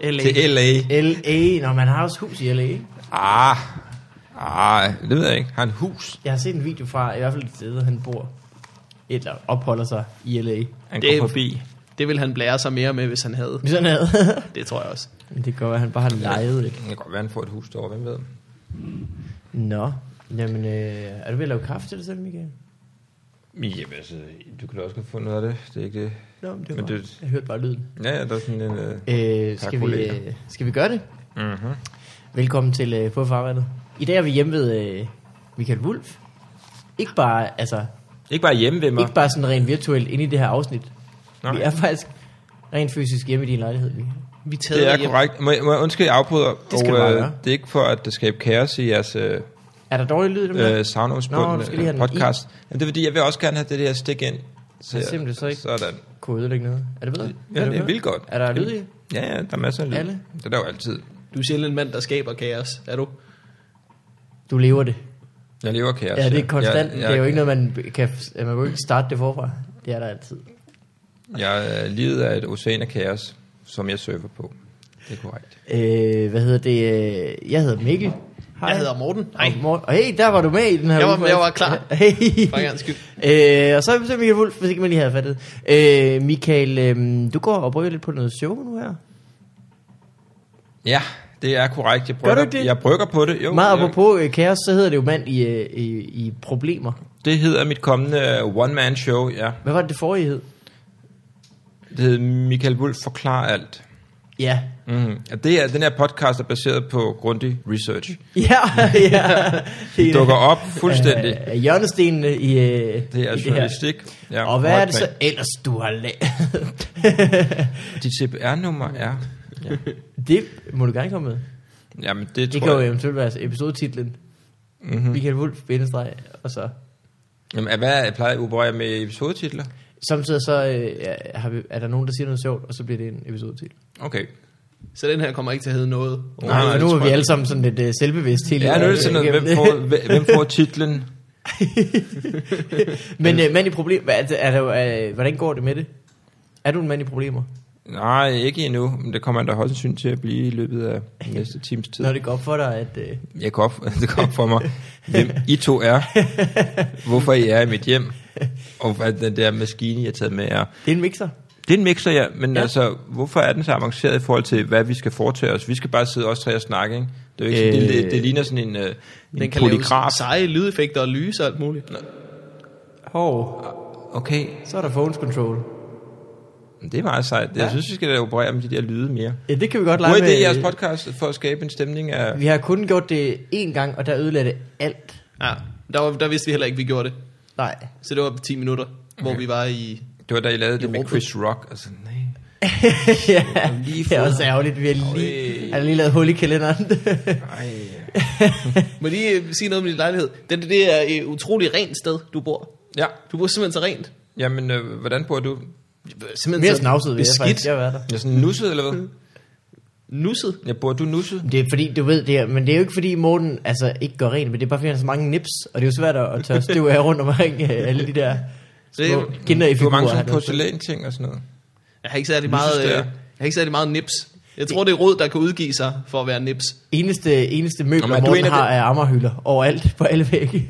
Det er LA. L.A. Nå, man har også hus i L.A. ikke? Ah, ah, det ved jeg ikke. Har han hus? Jeg har set en video fra i hvert fald et sted, han bor. Et eller opholder sig i L.A. Han Det- går forbi. Det ville han blære sig mere med, hvis han havde. Hvis han havde. Det tror jeg også. Men det går, at han bare har lejet det. Det kan godt være, han får et hus derovre, hvem ved. Nå. Jamen, øh, er du ved at lave kaffe til dig selv, Michael? Jamen, altså, du kan da også godt få noget af det. Det er ikke det. Nå, men det Men var det- Jeg hørte bare lyden. Ja, ja, der er sådan en... Øh, Øh, Tak, skal, vi, kollega. øh, skal vi gøre det? mhm. Velkommen til øh, På Farvandet. I dag er vi hjemme ved øh, Michael Wulf. Ikke bare, altså, Ikke bare hjemme ved mig. ikke bare sådan rent virtuelt inde i det her afsnit. Nej. Vi er faktisk rent fysisk hjemme i din lejlighed. Michael. Vi tager Det er hjem. korrekt. Må jeg, må jeg undskylde, jeg afbryder? Det skal du og, bare øh, gøre. det er ikke for at øh, skabe kaos i jeres øh, Er der dårlig lyd i dem der? øh, Nå, du skal lige have savnomspundende den podcast. Jamen, det er fordi, jeg vil også gerne have det der stik ind. Det er simpelthen så ikke- Sådan. Kunne jeg ødelægge noget? Er det bedre? Ja, det er bedre? vildt godt. Er der lyd i? Ja, ja, der er masser af lyd. Alle? Det er der jo altid. Du er sjældent en mand, der skaber kaos. Er du? Du lever det. Jeg lever kaos. Ja, det er konstant. Jeg, Det er jo ikke noget, man kan, man kan jo ikke starte det forfra. Det er der altid. Jeg er livet af et ocean af kaos, som jeg surfer på. Det er korrekt. Øh, hvad hedder det? Øh, Jeg hedder Mikkel. Hej. Jeg hedder Morten. Nej. Nej. Og hey, der var du med i den her Jeg var- uge, jeg faktisk. var klar. Hey. For en gangs skyld. Øh, og så er vi så Michael Wulff, hvis ikke man lige havde fattet. Øh, Michael, øh, du går og prøver lidt på noget show nu her. Ja, det er korrekt. Jeg brygger, du ikke det? Jeg brygger på det. Jo, Meget jeg- apropos øh, kaos, så hedder det jo mand i, øh, i, i problemer. Det hedder mit kommende øh, one-man-show, ja. Hvad var det, det forrige hed? Det hedder Michael Wulff Forklarer Alt. Ja. Mm. Og det er, den her podcast er baseret på grundig research. Ja, ja. Det dukker op fuldstændig. Øh, hjørnestenene i, øh, Det er i det her. journalistik. Ja, Og hvad højt er det så plan. ellers, du har lavet? Dit CPR-nummer er... Ja. det må du gerne komme med. Jamen, Det det tror kan jo jeg... eventuelt være altså episodetitlen. Mm-hmm. Mm-hmm. Michael Wulff, bindestreg, og så... Jamen, hvad plejer opererer jeg med episodetitler? Samtidig så øh, er- har vi, er der nogen, der siger noget sjovt, og så bliver det en episode til. Okay. Så den her kommer ikke til at hedde noget. Nej, Nej, nej, for nu det er tror vi jeg alle sammen sådan lidt øh, selvbevidst hele øh, Jeg er nødt til noget, hvem igennem. får, hvem- hvem får titlen? Men øh, mand i problemer, er, er der, øh, hvordan går det med det? Er du en mand i problemer, Nej, ikke endnu, men det kommer han da højst sandsynligt til at blive i løbet af næste times tid. når det går op for dig, at... Øh, Jeg kan op, det kom for mig, hvem I to er, hvorfor I er i mit hjem, og hvad den der maskine, jeg har taget med er. det er en mixer? Det er en mixer, ja, men Ja. ja. altså, hvorfor er den så avanceret i forhold til, hvad vi skal foretage os? Vi skal bare sidde os tre og snakke, ikke? Det, er jo ikke sådan, Øh, det, det ligner sådan en, øh, Den en kan polygraf. lave seje lydeffekter og lyse og alt muligt. Hov, Ah, Okay, så er der phones control. men det er meget sejt. Jeg synes, vi skal da operere med de der lyde mere. Ja, det kan vi godt lege Hvor er det med. i jeres podcast for at skabe en stemning af... Vi har kun gjort det én gang, og der ødelagde det alt. Ja, der, var, der vidste vi heller ikke, vi gjorde det. Nej. Så det var 10 minutter, okay. hvor vi var i... Det var da I lavede det med Europa. Chris Rock. Altså, nej. ja, lige det er fået- også ærgerligt. Vi har lige, har lige lavet hul i kalenderen. Ej. Må jeg lige øh, sige noget om din lejlighed? Det, det er et utrolig rent sted, du bor. Ja, Du bor simpelthen så rent. jamen, øh, hvordan bor du? Simpelthen Mere så snavset, vil jeg beskidt. faktisk. Jeg har været der. Jeg er sådan nusset, eller hvad? Nusset. Ja, bor du nusset? Det er fordi, du ved det er, men det er jo ikke fordi Morten altså, ikke går rent, men det er bare fordi, han har så mange nips, og det er jo svært at at tørre støv af rundt omkring øh, alle de der Det er små jo- kinder i Du har mange sådan figurer. porcelæn-ting og sådan noget. Jeg har ikke særlig meget, øh, Nusses der. jeg har ikke særlig meget nips. Jeg tror, det er råd, der kan udgive sig for at være nips. Eneste, eneste Nå, men møbler, er du Morten en af har, er ammerhylder overalt på alle vægge.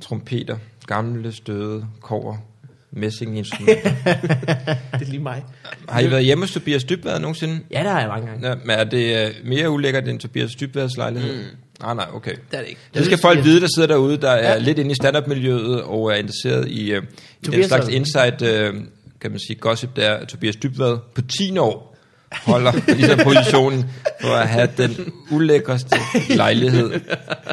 Trompeter, gamle, støde, kover, messinginstrumenter. Det er lige mig. har I været hjemme hos Tobias Dybvad nogensinde? Ja, der har jeg mange gange. Ja, men er det øh, mere ulækkert end Tobias Dybvads lejlighed? Mm. Nej, nej, okay. Det er det ikke. Det skal synes folk jeg- vide, der sidder derude, der er lidt inde i stand-up-miljøet og er interesseret i, øh, i den Tobias slags er- insight, øh, kan man sige, gossip, der er, at Tobias Dybvad på 10 år holder ligesom positionen for at have den ulækreste lejlighed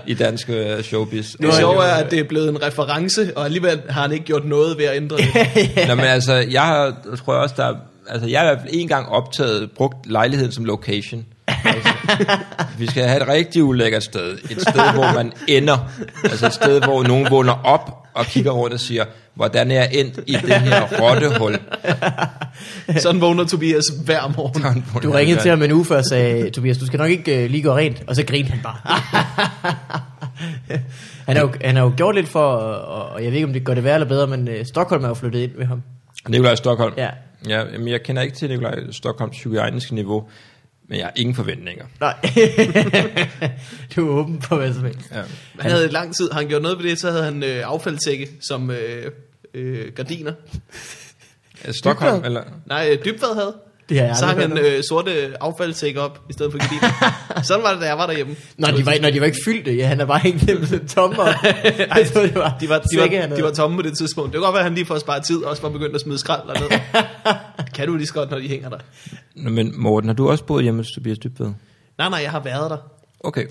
i dansk øh, showbiz. Det Og- sjove er, at det er blevet en reference, og alligevel har han ikke gjort noget ved at ændre det. Nå, men altså, jeg har, jeg tror også, der er, altså, jeg har i hvert fald en gang optaget, brugt lejligheden som location. Altså, vi skal have et rigtig ulækkert sted. Et sted, hvor man ender. Altså et sted, hvor nogen vågner op og kigger rundt og siger, hvordan er jeg endt i det her rottehul? Sådan vågner Tobias hver morgen. Du ringede til ham en uge før og sagde, Tobias, du skal nok ikke øh, lige gå rent. Og så grinte han bare. han, har jo, han har jo gjort lidt for, og, og jeg ved ikke, om det gør det værre eller bedre, men øh, Stockholm er jo flyttet ind med ham. Nikolaj Stockholm. Ja. Ja, jamen, jeg kender ikke til Nikolaj Stockholms hygiejniske niveau. Men jeg har ingen forventninger. Nej. du er åben for hvad som helst. Ja. Han havde lang tid, han gjorde noget ved det, så havde han øh, affaldssække som øh, øh, gardiner. Er det Stockholm, eller? Nej, øh, dybfad havde. Det har jeg så hang aldrig han hørt øh, sorte affaldssække op, i stedet for gardiner. Sådan var det, da jeg var derhjemme. Når de, var, når de var ikke fyldte, ja, han er bare hængt dem som tommer. Jeg troede, det var, De var, de, sække, han var, de havde. var tomme på det tidspunkt. Det kan godt være, at han lige for at spare tid også var begyndt at smide skrald derned. kan du lige så godt, når de hænger der? Nå, men Morten, har du også boet hjemme hos Tobias Dybved? Nej, nej, jeg har været der. Okay.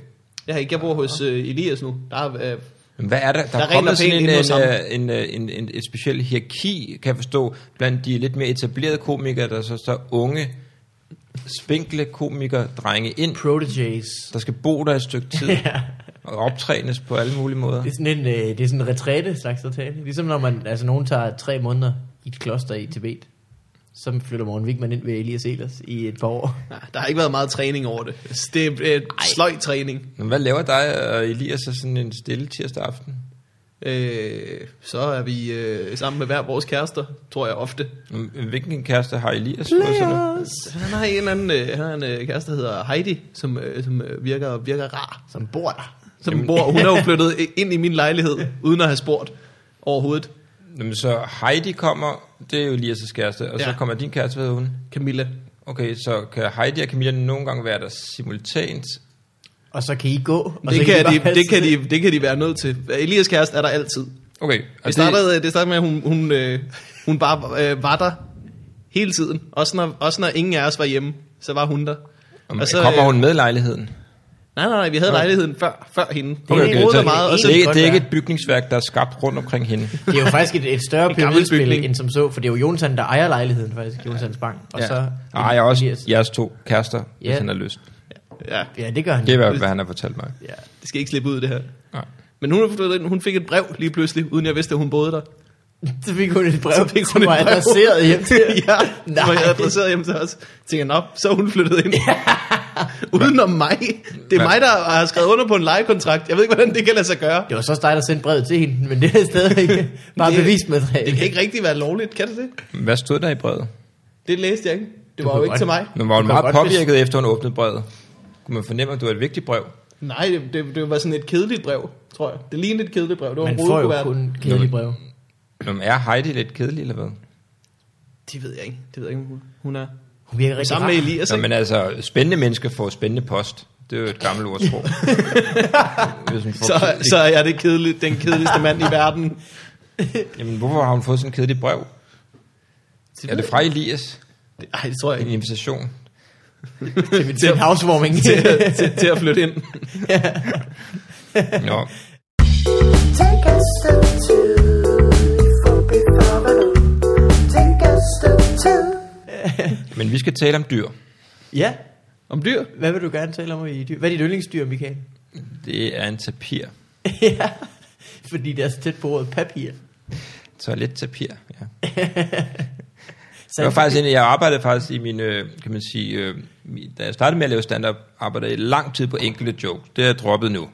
Jeg, har ikke, jeg bor hos øh, Elias nu. Der er, øh, Men hvad er der? Der, der Der er er rent og kommet sådan pænt en, inde hos ham. en, en, øh, en, en, et speciel hierarki, kan jeg forstå, blandt de lidt mere etablerede komikere, der så står unge, spinkle komikere, drenge ind, Proteges. der skal bo der et stykke tid, Ja. og optrænes på alle mulige måder. Det er sådan en, øh, det er sådan en retræte slags retræte. Ligesom når man, altså nogen tager tre måneder i et kloster i Tibet. Så flytter Morten Wigman ind ved Elias Elers i et par år. nej, der har ikke været meget træning over det. Altså, Det er øh, sløj træning. Men hvad laver dig og Elias så sådan en stille tirsdag aften? Øh, så er vi øh, sammen med hver vores kærester, tror jeg ofte. Hvilken kæreste har Elias? fået sådan noget? Han har en eller anden øh, han har en øh, kæreste, der hedder Heidi, som, øh, som øh, virker, virker rar. Som bor der. Som bor, hun er jo flyttet i- ind i min lejlighed, uden at have spurgt overhovedet. Jamen, så Heidi kommer, det er jo Elias' kæreste, og ja. Ja. så kommer din kæreste, hvad hedder hun? Camilla. Okay, så kan Heidi og Camilla nogle gange være der simultant? Og så kan I gå. Og så Det kan, I de, bare- det, kan de, det kan de være nødt til. Elias kæreste er der altid. Okay, og Det det- startede, det startede med, at hun, hun, øh, hun bare øh, var der hele tiden. Også når, også når ingen af os var hjemme, så var hun der. Om, Og så, altså, kommer øh, hun med lejligheden? Nej, nej, nej, vi havde Nå. lejligheden før, før hende. Okay, Hun okay, rodede så- meget, og så, det, kan er ikke- godt det er ikke være. et bygningsværk, der er skabt rundt omkring hende. Det er jo faktisk et, et større En gammel bygning. pyramidspil end som så, for det er jo Jonsson, der ejer lejligheden faktisk, Jonssons bank. Og ja. så... Ej, jeg er også Elias. jeres to kærester, ja. Ja. hvis han har lyst. ja, Ja, det gør han. Det er i hvert fald, hvad han har fortalt mig. ja, det skal ikke slippe ud, det her. Nej. Men hun, er flyttet ind. hun fik et brev lige pludselig, uden jeg vidste, at hun boede der. Så fik hun et brev, fik hun som et var brev. adresseret hjem til. ja, det var jeg Nej. adresseret hjem til os. Tænker, nå, så er hun flyttet ind. Uden om mig. Det er Hvad? mig, der har skrevet under på en lejekontrakt. Jeg ved ikke, hvordan det kan lade sig gøre. Det var så også dig, der sendte brevet til hende, men det er stadig bare Det- bevismateriale. Det kan ikke rigtig være lovligt, kan det det? Hvad stod der i brevet? Det læste jeg ikke. Det var kunne jo ikke godt- til mig. Men var hun Det var meget godt, hvis- påvirket, hvis... efter hun åbnede brevet? Kunne man fornemme, at det var et vigtigt brev? Nej, det, det, det var sådan et kedeligt brev, tror jeg. Det lignede et kedeligt brev. Det var Man en får jo rodekuvert. kun kedelige brev. Nå, men er Heidi lidt kedelig, eller hvad? Det ved jeg ikke. Det ved jeg ikke, om hun- hun er. Hun virker rigtig Sammen med Elias, Nå, ikke? men altså, spændende mennesker får spændende post. Det er jo et gammelt ordsprog. Hvis hun får, Så, så er jeg det kedelige, den kedeligste mand i verden. Jamen, hvorfor har hun fået sådan et kedeligt brev? Er det fra Elias? Det- Ej, det tror jeg En ikke. invitation? til, til en housewarming. til, til, til at flytte ind. Nå. Take a step two for before Take a step two. Men vi skal tale om dyr. ja, Om dyr? hvad vil du gerne tale om i dyr? Hvad er dit yndlingsdyr, Michael? Det er en tapir. ja, fordi det er så tæt på ordet papir. Toilet-tapir, ja. Så Det var faktisk en, jeg arbejdede faktisk i min, øh, kan man sige, øh, mi- da jeg startede med at lave stand-up, arbejdede jeg lang tid på enkelte jokes. Det er jeg droppet nu.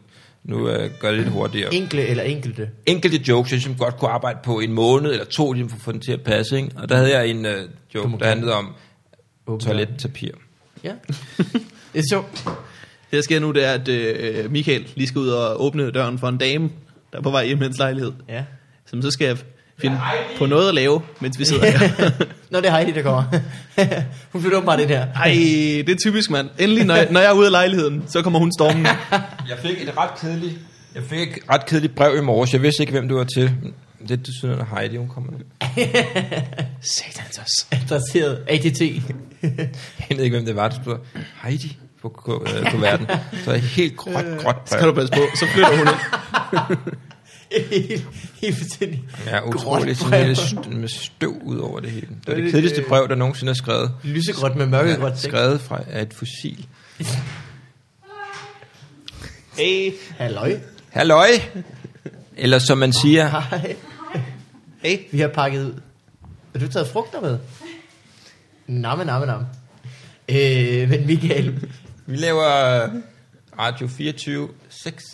Nu øh, gør jeg det lidt hurtigere. Enkle eller enkelte. enkelte jokes, jeg ligesom godt kunne arbejde på en måned eller to, ligesom for at få den til at passe. Ikke? Og der havde jeg en øh, joke, der handlede om Åben toilettapir. Ja. Det er sjovt. Det der sker nu, det er, at øh, Michael lige skal ud og åbne døren for en dame, der er på vej hjem i hendes lejlighed. Ja. Som så skal jeg finde på noget at lave, mens vi sidder her. Nå, det er Heidi, der kommer. Hun flytter åbenbart ind her. Ej, det er typisk, mand. Endelig, når jeg, når jeg er ude af lejligheden, så kommer hun stormen. Jeg fik et ret kedeligt, jeg fik et ret kedeligt brev i morges. Jeg vidste ikke, hvem du var til. Men Det er til siden, Heidi, hun kommer nu. Satans også. Adresseret ATT. Jeg ved ikke, hvem det var, der stod Heidi på, ku- øh, på verden. Så et helt gråt, gråt Så kan du brev. passe på, så flytter hun ind. helt, helt fuldstændig. Ja, gråt brev. Øh, utroligt. Sådan lidt st- med støv ud over det hele. Det var det kedeligste brev, der nogensinde er skrevet. Lysegråt med mørkegråt Ja, tekst. skrevet fra af et fossil. Hey, Halløj. Halløj! Eller som man siger, Hej. hey. Vi har pakket ud. Har du taget frugter med? Namme, namme, namme. Øh, men Michael, Vi laver øh, Radio 24 6.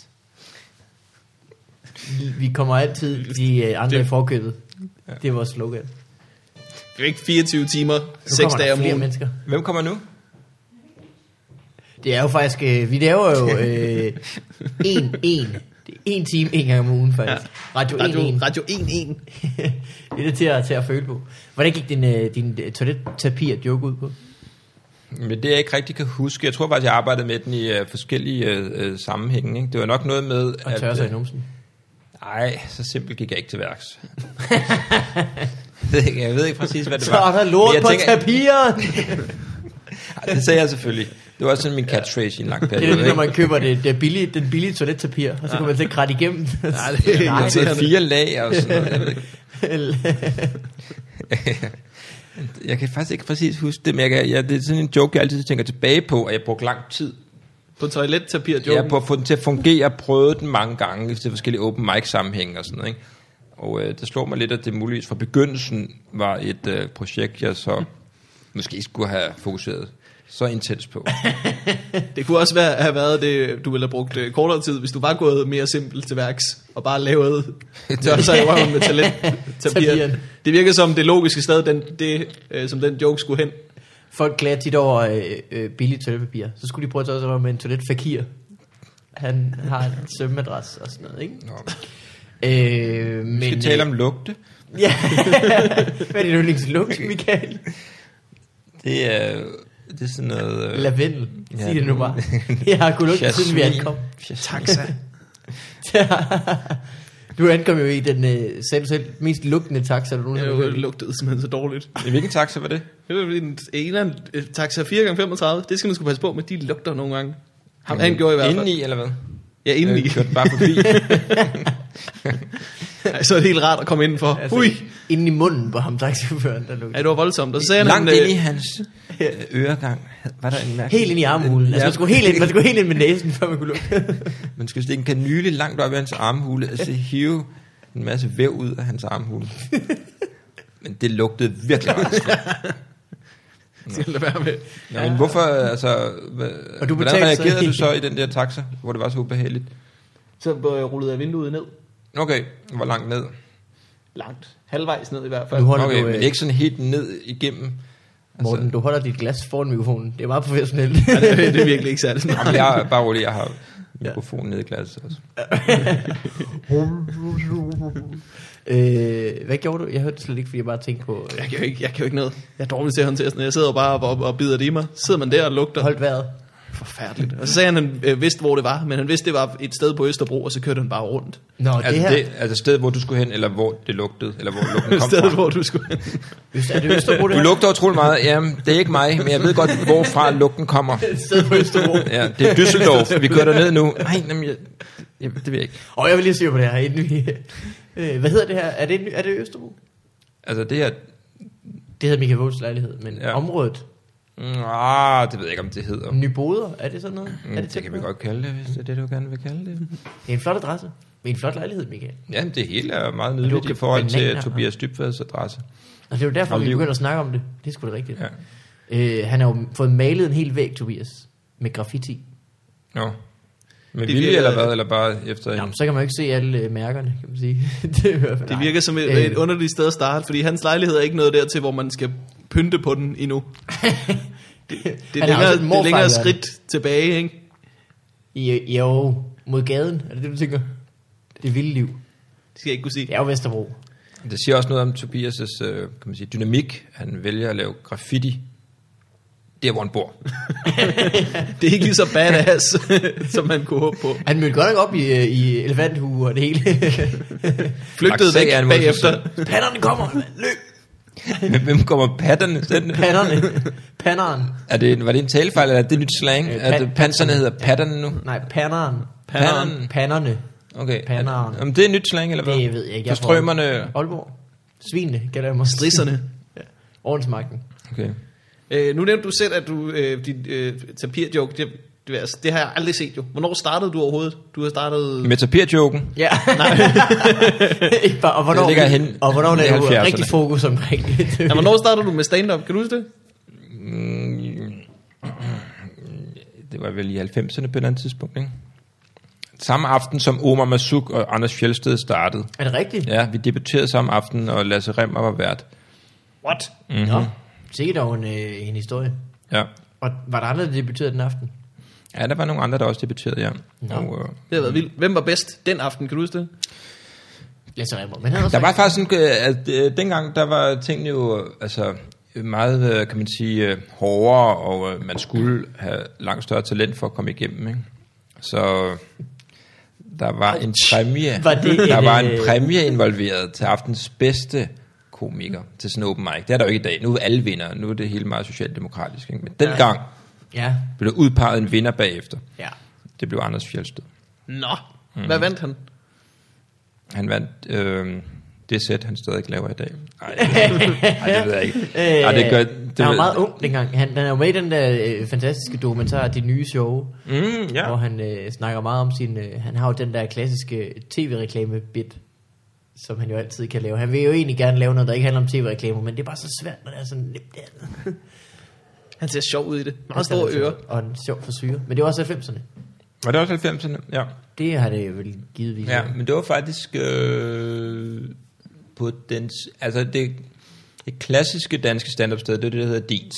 vi- vi kommer altid de øh, andre i forkøbet. Det er vores slogan. Nu Det er jo ikke 24 timer, 6 kommer der dage om flere ugen. mennesker. Hvem kommer nu? Det er jo faktisk, øh, vi laver jo øh, en, en. Det er en time, en gang om ugen faktisk. Ja. Radio 1-1. Radio, det radio 1-1. er det til at, til at føle på. Hvordan gik din, øh, din øh, toiletterapi at joke ud på? Men det jeg ikke rigtig kan huske, jeg tror faktisk, jeg arbejdede med den i øh, forskellige øh, øh, sammenhænge. Ikke? Det var nok noget med... øh, Og tørre sig i numsen. Nej, så simpelt gik jeg ikke til værks. jeg ved ikke- jeg ved ikke præcis, hvad det Så var. er der Men lort jeg på tænker- tapiret. Ej, Det sagde jeg selvfølgelig. Det var også sådan min catchphrase i en lang Det periode. er det, når ikke? man køber det, det billige, den billige toiletpapir, og så kan man så kratte igennem. Nej, det er Nej, det er irriterende. fire lag og sådan noget. Jeg, ved ikke. øh, jeg kan faktisk ikke præcis huske det, men jeg kan, jeg, det er sådan en joke, jeg altid tænker tilbage på, og jeg brugte lang tid. På toilettapir, Jo. Jeg joken. på at få den til at fungere, prøvede den mange gange til forskellige open mic sammenhæng og sådan noget. Ikke? Og øh, det slog mig lidt, at det muligvis fra begyndelsen var et øh, projekt, jeg så måske skulle have fokuseret så intens på. Det kunne også være, have været det, du ville have brugt øh, kortere tid, hvis du var gået mere simpelt til værks, og bare lavet tør sig i røven med talent. Tapiren. Tapiren. Det virker som det logiske sted, den, det, øh, som den joke skulle hen. Folk klager tit over øh, øh, billigt toiletpapir. Så skulle de prøve at tage sig over med en toiletfakir. Han har en sømmadras og sådan noget, ikke? Nå. Øh, men, Vi skal tale om lugte. Øh, ja, hvad er din yndlingslugt, Michael? Det er, det er sådan noget... Øh, Lavendel, Ja, sig det det- nu bare. Jeg har kunnet lugte, siden vi jasmin. ankom. Taxa. du ankom jo i den, øh, sagde du selv, mest lugtende taxa, du nogensinde har Det kørt i. lugtede simpelthen så dårligt. Hvilken taxa var det? Det var en, en eller anden øh, taxa 4x35. Det skal man sgu passe på med. De lugter nogle gange. Ham, han gjorde i hvert fald. Indeni, eller hvad? Ja, Indeni. indeni. Jeg kørte bare forbi. Ej, så er det helt rart at komme indenfor. Altså, Altså, Ui! Inden i munden på ham taxichaufføren, der Ja, lugtede. det var voldsomt. Og så sagde Langt han, ind i øh, hans øh, øregang var der en mærkelig... Helt ind i armhulen. Altså, man skulle helt ind, man skulle helt ind med næsen, før man kunne lugte. Man skal stikke en kanyle langt op i hans armhule, og så hive en masse væv ud af hans armhule. Men det lugtede virkelig meget. skal lade være med. Nå, men hvorfor, altså, hva, Og du hvordan betalte så reagerede ikke. du så i den der taxa, hvor det var så ubehageligt? Så øh, rullede jeg vinduet ned. Okay, hvor langt ned? Langt. Halvvejs ned i hvert Du fald. holder Okay, du, øh, men ikke sådan helt ned igennem. Morten, altså. du holder dit glas foran mikrofonen. Det er meget professionelt. Ja, det, det er virkelig ikke særlig smart. Jamen, jeg er bare rolig, jeg har mikrofonen nede i glasset også. øh, hvad gjorde du? Jeg hørte det slet ikke, fordi jeg bare tænkte på... øh, Jeg kan jo ikke, jeg kan jo ikke noget. Jeg er dårlig til at håndtere sådan noget. Jeg sidder jo bare og, og, og bider det i mig. Sidder man der og lugter. Øh, holdt vejret. Forfærdeligt. Og så sagde han, han øh, vidste, hvor det var. Men han vidste, det var et sted på Østerbro, og så kørte han bare rundt. Nå, altså, det Altså, her... det, altså stedet, hvor du skulle hen, eller hvor det lugtede, eller hvor lugten kom Stedet, fra. hvor du skulle hen. Øst, er det Østerbro, det Du her? lugter utrolig meget. Jamen, det er ikke mig, men jeg ved godt, hvorfra lugten kommer. Et sted på Østerbro. Ja, det er Düsseldorf. Vi kører derned nu. Nej, jamen, jeg, jeg, det ved jeg ikke. Og jeg vil lige se på det her, inden vi... Øh, hvad hedder det her? Er det, en ny- er det Østerbro? Altså, det her... Det hedder Michael Vågens lejlighed, men ja. Ja. området. Mm, ah, det ved jeg ikke, om det hedder. Nyboder, er det sådan noget? Mm, er det, det tæt kan vi på? godt kalde det, hvis det er det, du gerne vil kalde det. Det er en flot adresse. Med en flot lejlighed, Michael. Jamen, det hele er meget Og du nydeligt i kan forhold bananer, til og- Tobias Dybvads adresse. Og Altså, det er jo derfor, Og vi liv. begyndte at snakke om det. Det er sgu da rigtigt. Ja. Øh, han har jo fået malet en hel væg, Tobias, med graffiti. Nå. Med Det vilje virker- eller hvad, eller bare efter Jamen, en... så kan man jo ikke se alle øh, mærkerne, kan man sige. det, er i hvert fald- Det nej. virker som et, Øh. et underligt sted at starte, fordi hans lejlighed er ikke noget dertil, hvor man skal pynte på den endnu. Det, det, er, Han har længere, også et det er længere morfar, skridt tilbage, ikke? I, jo, mod gaden, er det det, du tænker? Det vilde liv. Det skal jeg ikke kunne sige. Det er jo Vesterbro. Det siger også noget om Tobias' øh, kan man sige, dynamik. Han vælger at lave graffiti der, hvor han bor. Det er ikke lige så badass, som man kunne håbe på. Han mødte godt nok op i, øh, i elefanthue og det hele. Flygtede Max væk Sager, han må bagefter. sige. Panderne kommer, mand. løb! Men Hvem kommer patterne? Den, Panderne. Panderen. er det, en- var det en talefejl, eller er det nyt slang? Øh, Øh, at pan- panserne hedder patterne nu? Nej, panderen. Panderen. Panderne. Okay. Panderen. Er, om det er nyt slang, eller hvad? Det ved jeg ikke. Jeg For får- strømmerne... Aalborg. Svinene, gælder jeg mig. Strisserne. Ordensmagten. Okay. Øh, nu nævnte du selv, at du, øh, din øh, tapirjoke, det, det, altså, det har jeg aldrig set jo. Hvornår startede du overhovedet? Du har startet... Med tapirjoken. Ja. Nej. Ikke bare, og hvornår, Det ligger henne og hvornår i laver du 70'erne. rigtig fokus omkring det? Ja, hvornår startede du med stand-up? Kan du huske det? Mm, det var vel i 90'erne på et eller andet tidspunkt, ikke? Samme aften som Omar Masuk og Anders Fjelsted startede. Er det rigtigt? Ja, vi debuterede samme aften, og Lasse Remmer var vært. What? Mhm. Mm-hmm. Nå, sikkert dog en, øh, en historie. Ja. Og var der andre, der debuterede den aften? Ja, der var nogle andre, der også debuterede, ja. Nå. Og, øh, Det har været vildt. Hvem var bedst den aften, kan du huske det? Lasse Remmer. Men han havde Der var faktisk... faktisk sådan, øh, at øh, dengang, der var tingene jo øh, altså, meget, øh, kan man sige, øh, hårdere, og øh, man skulle have langt større talent for at komme igennem. Ikke? Så der var en præmie, Var det der en, var en øh, præmie involveret til aftens bedste komiker til sådan en open mic. Det er der jo ikke i dag. Nu er alle vinder. Nu er det hele meget socialdemokratisk. Ikke? Men dengang Ja, blev der udpeget en vinder bagefter. ja. Det blev Anders Fjeldsted. Nå, mm. hvad vandt han? Han vandt øh, det sæt, han stadig laver i dag. Nej, det ved jeg ikke. Ej, det gør, det det han Øh, var ved- meget ung dengang. Han, han er jo med i den der øh, fantastiske dokumentar, Det Nye Show, Mm, ja. ja. hvor han øh, snakker meget om sin... Øh, han har jo den der klassiske tv-reklame-bit, som han jo altid kan lave. Han vil jo egentlig gerne lave noget, der ikke handler om tv-reklamer, men det er bare så svært, når det er sådan nemt. Han ser sjov ud i det. Meget store ører. Og en sjov forsyre. Men det var også 90'erne. Var det også 90'erne? Ja. Det har det vel givetvis. ja. Men det var faktisk øh, på den... Altså det, det klassiske danske stand-up sted, det er det, der hedder Dins.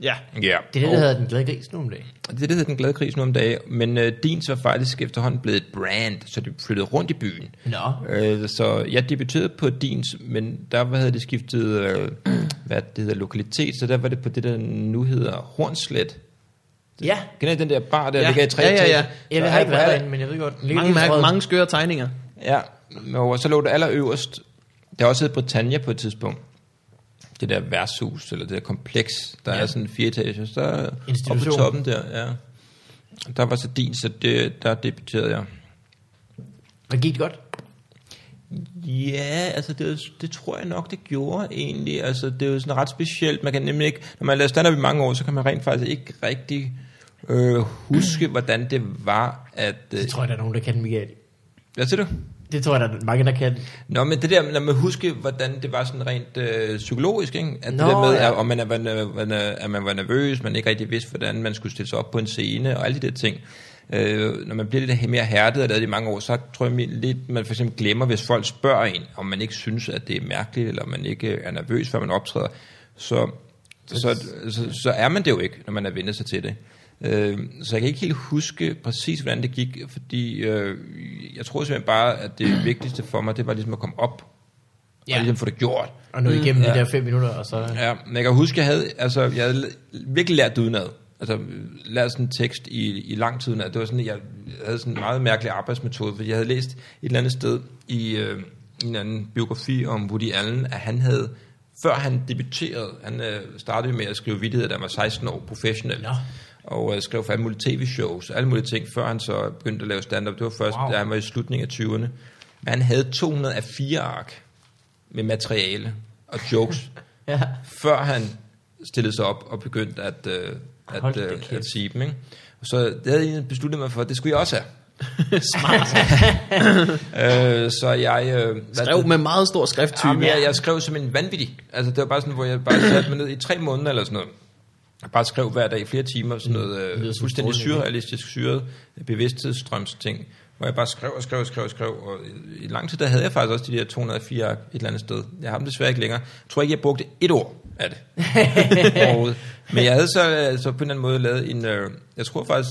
Ja. Ja. Det er det, der hedder Den Glade Gris nu om dagen. Og det, er det der hedder Den Glade Kris nu om dagen. Men øh, Dins var faktisk efterhånden blevet et brand, så det flyttede rundt i Mm. byen. Nå. Øh, så jeg debuterede på Dins, men der havde det skiftet, øh, hvad det hedder, lokalitet, så der var det på det, der nu hedder Hornslet. Ja. Kender I den der bar, der Ja. ja. ligger i tre Ja, ja, ja. etager? Jeg Så ved, har ikke alt- været derinde, men jeg ved godt. Den ligger Mange, lige i mærke, strøget. mange skøre tegninger. Ja, og så lå det allerøverst. Der også hed Britannia på et tidspunkt. Det der værtshus, eller det der kompleks, der ja. er sådan fire etager. Så oppe på Institution. toppen der, ja. Der var så din, så det, der debuterede jeg. Men gik det godt? Ja, altså det, det tror jeg nok, det gjorde egentlig. Altså det er jo sådan ret specielt. Man kan nemlig ikke, når man har lavet stand-up i mange år, så kan man rent faktisk ikke rigtig øh, huske, hvordan det var at... Øh, Det tror jeg, der er nogen, der kan, Michael. hvad siger du? Det tror jeg, der er mange, der kan. Nå, men det der, når man husker, hvordan det var sådan rent øh, psykologisk, ikke? At Nå, det der med, ja. at, om man er, man, er, man, er, at man var nervøs, man ikke rigtig vidste, hvordan man skulle stille sig op på en scene, og alle de der ting. Øh, når man bliver lidt mere hærdet og lavet det i mange år, så tror jeg min- lidt, man for eksempel glemmer, hvis folk spørger en, om man ikke synes, at det er mærkeligt, eller om man ikke er nervøs, før man optræder. Så, så, så, så er man det jo ikke, når man er vendt sig til det. Øh, så jeg kan ikke helt huske præcis, hvordan det gik, fordi øh, jeg tror simpelthen bare, at det vigtigste for mig, det var ligesom at komme op, ja. og ligesom få det gjort. Og nu igennem ja. de der fem minutter, og så... Ja, men jeg kan huske, jeg havde, altså, jeg havde l- virkelig lært det udenad. Altså, lært sådan en tekst i, i lang tid udenad. Det var sådan, jeg havde sådan en meget mærkelig arbejdsmetode, fordi jeg havde læst et eller andet sted i øh, en eller anden biografi om Woody Allen, at han havde, før han debuterede, han øh, startede med at skrive vidtigheder, da han var 16 år, professionel. Nå. Og øh, skrev for alle mulige tv-shows, alle mulige ting, før han så begyndte at lave stand-up. Det var først, Wow. wow. da han var i slutningen af 20'erne. Men han havde 204 ark med materiale og jokes Ja. før han stillede sig op og begyndte at, øh, Hold at, da øh, kæft. at sige dem. Ikke? Og så det havde jeg egentlig besluttet mig for, at det skulle jeg også have. Smart. øh, så jeg... Øh, hvad- Skrev med meget stor Jamen, skrifttype. jeg, jeg skrev som en vanvittig. Altså, det var bare sådan, hvor jeg bare satte mig ned i tre måneder eller sådan noget. Jeg bare skrev hver dag i flere timer sådan noget lyder som øh, en fuldstændig strålende idé. surrealistisk syret bevidsthedsstrømsting, hvor jeg bare skrev og skrev og skrev og skrev. Og i- i lang tid, der havde jeg faktisk også de der 204 ark et eller andet sted. Jeg har dem desværre ikke længere. Jeg tror ikke, jeg brugte et ord af det. Overhovedet. Men jeg havde så, øh, så på en eller anden måde lavet en... Øh, jeg tror faktisk,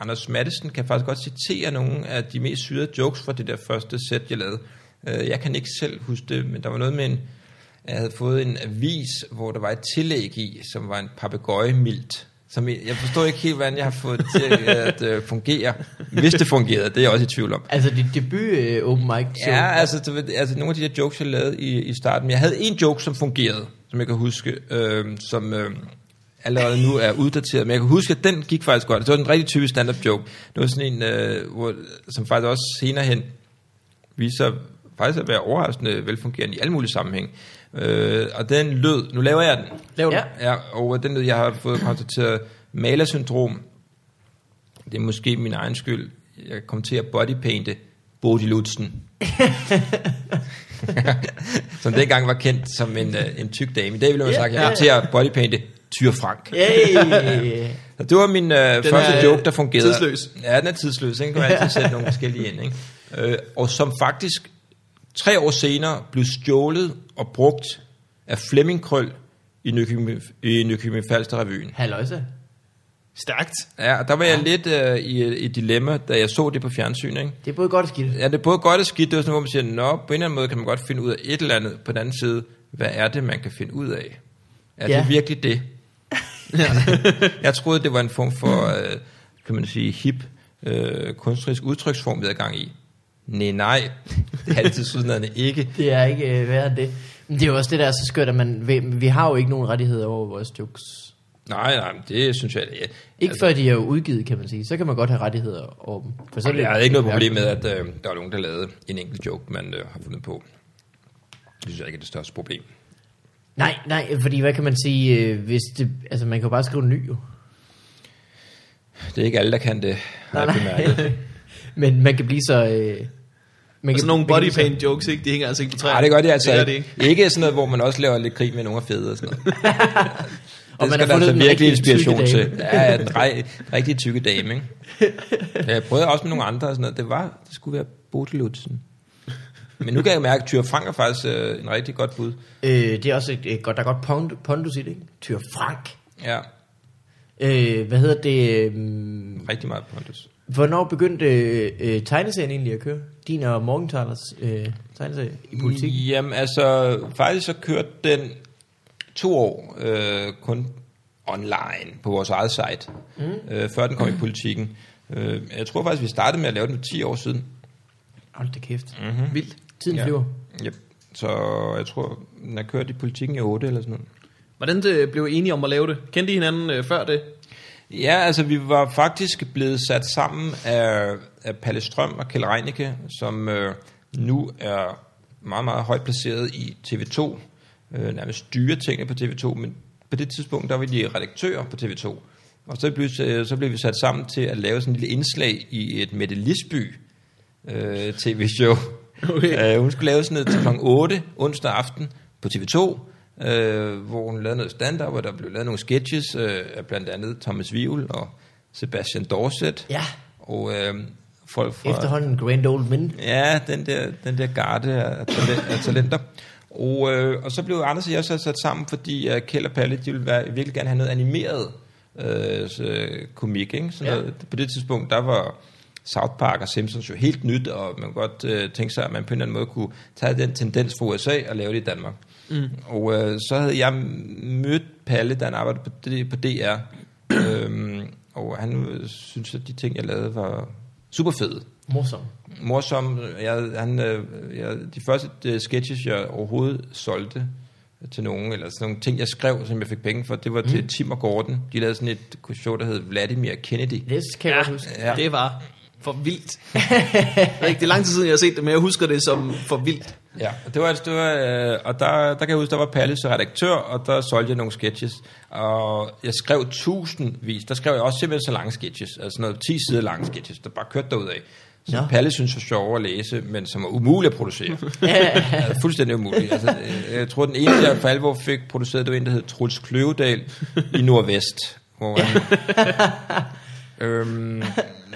Anders Mattesen kan faktisk godt citere nogle af de mest syrede jokes fra det der første sæt, jeg lavede. Øh, Jeg kan ikke selv huske det, men der var noget med en... Jeg havde fået en avis, hvor der var et tillæg i, som var en papegøjemilt. Som jeg, jeg forstår ikke helt, hvordan jeg har fået det til at øh, fungere. Hvis det fungerede, det er jeg også i tvivl om. Altså, dit debut øh, open mic show. Ja, altså, du ved, altså nogle af de der jokes, jeg lavede i, i starten. Men jeg havde en joke, som fungerede, som jeg kan huske, øh, som øh, allerede nu er uddateret. Men jeg kan huske, at den gik faktisk godt. Det var en rigtig typisk stand-up joke. Det var sådan en, øh, hvor, som faktisk også senere hen viser faktisk at være overraskende velfungerende i alle mulige sammenhæng. Øh, og den lød, nu laver jeg den. Lav Ja. ja. Ja, og den jeg har fået konstateret malersyndrom. Det er måske min egen skyld. Jeg kom til at bodypainte Bodil Lutzen. som dengang var kendt som en, øh, en tyk dame. I dag ville man Ja, sagt, at jeg ja. kom til at bodypainte Tyr Frank. Hey. Så det var min øh, første er, øh, joke, der fungerede. tidsløs. Ja, den er tidsløs. Den kan man altid sætte nogle forskellige ind. Ikke? Øh, og som faktisk tre år senere blev stjålet og brugt af Flemming Krøl i Nykøbing, i Nykøbing Falster Revyen. Halløjsa. Stærkt. Ja, og der var jeg lidt øh, i, et- i et dilemma, da jeg så det på fjernsyn, ikke? Det er både godt og skidt. Ja, det er både godt og skidt, det er sådan, hvor man siger, nå, på en eller anden måde kan man godt finde ud af et eller andet. På den anden side, hvad er det, man kan finde ud af? Er ja. Ja. det virkelig det? jeg troede, det var en form for, øh, kan man sige, hip øh, kunstnerisk udtryksform, vi havde gang i. Nej, nej, det er det til ikke. Det er ikke øh, værre end det. Men det er jo også det, der er så skørt, at man, vi, vi har jo ikke nogen rettigheder over vores jokes. Nej, nej, men det synes jeg, det er. Ikke altså, før de er jo udgivet, kan man sige. Så kan man godt have rettigheder over dem. For så er det- altså, Jeg havde ikke noget problem med, at øh, der var nogen, der lavede en enkelt joke, man øh, har fundet på. Det synes jeg ikke er det største problem. Nej, nej, fordi hvad kan man sige, øh, hvis det, altså man kan jo bare skrive en ny jo. Det er ikke alle, der kan det, har jeg Altså, bemærket. nej. Men man kan blive så... Øh, man Og sådan Altså, nogle man body blive så- paint jokes, ikke? De hænger altså ikke på træer. Nej, det gør det altså det det gør ikke. Det Det ikke. ikke sådan noget, hvor man også laver lidt krig med nogle af fede og sådan noget. Og man det skal har fundet der altså den virkelig rigtige tykke inspiration til. dame. Ja, ja, den rej- rigtig tykke dame, ikke? Ja, Jeg prøvede også med nogle andre og sådan noget. Det var, det skulle være Bodil Utzen. Men nu kan jeg mærke, at Tyre Frank er faktisk øh, en rigtig godt bud. Øh, det er også et, et godt, der er godt pond, pondus i det, ikke? Tyr Frank. Ja, Øh, hvad hedder det? Øh, rigtig meget pondus. hvornår begyndte øh, øh, tegneserien egentlig at køre? Din og Morgenthalers øh, tegneserie i politik? Jamen altså, faktisk så kørte den to år øh, kun online på vores eget site, mm. øh, før den kom i politikken. Øh, jeg tror faktisk, vi startede med at lave den for 10 år siden. Hold da kæft. Mhm. ikke. Vildt. Tiden flyver. Yep. Så jeg tror, den har kørt i politikken i 8 eller sådan noget. Hvordan det blev I enige om at lave det? Kendte I hinanden øh, før det? Ja, altså vi var faktisk blevet sat sammen af, af Palle Strøm og Kjell Reinicke, som øh, nu er meget, meget højt placeret i TV2. Øh, nærmest styrer tingene på TV2, men på det tidspunkt, der var de redaktører på TV2. Og så blev, øh, så blev vi sat sammen til at lave sådan en lille indslag i et Mette Lisby øh, tv-show. Okay. Okay. Øh, hun skulle lave sådan noget til kl. 8 onsdag aften på TV2, øh, hvor hun lavede noget stand-up, og der blev lavet nogle sketches øh, af blandt andet Thomas Vivl og Sebastian Dorset. Ja. Og øh, folk fra... Efterhånden Grand Old Men. Ja, den der, den der garde af, talent, af talenter. Og, øh, og så blev Anders og jeg så sat sammen, fordi øh, Kjeld og Palle, de ville være, virkelig gerne have noget animeret øh, så, komik. Ikke? Sådan Ja. ja. noget. På det tidspunkt, der var South Park og Simpsons jo helt nyt, og man kunne godt øh, tænke sig, at man på en eller anden måde kunne tage den tendens fra USA og lave det i Danmark. Mm. Og øh, så havde jeg mødt Palle, da han arbejdede på, D- på DR, øhm, og han øh, syntes, at de ting, jeg lavede, var super fede Morsom. morsom. Jeg, han, øh, jeg, de første øh, sketches, jeg overhovedet solgte til nogen, eller sådan nogle ting, jeg skrev, som jeg fik penge for, det var mm. til Tim og Gordon. De lavede sådan et show, der hed Vladimir Kennedy. Det kan jeg godt huske. Ja. Det var for vildt. Rigtig lang tid siden, jeg har set det, men jeg husker det som for vildt. Ja, og det var, altså- det var, øh, og der, der kan jeg huske, der var Palle som redaktør, og der solgte jeg nogle sketches. Og jeg skrev tusindvis, der skrev jeg også simpelthen så lange sketches, altså sådan noget 10 sider lange sketches, der bare kørte derudad. Så Nå. ja. Palle synes var sjov at læse, men som var umuligt at producere. ja, fuldstændig umuligt. Altså, øh, jeg tror, den eneste, jeg for alvor fik produceret, det var en, der hed Truls Kløvedal i Nordvest. Hvor han, Øhm,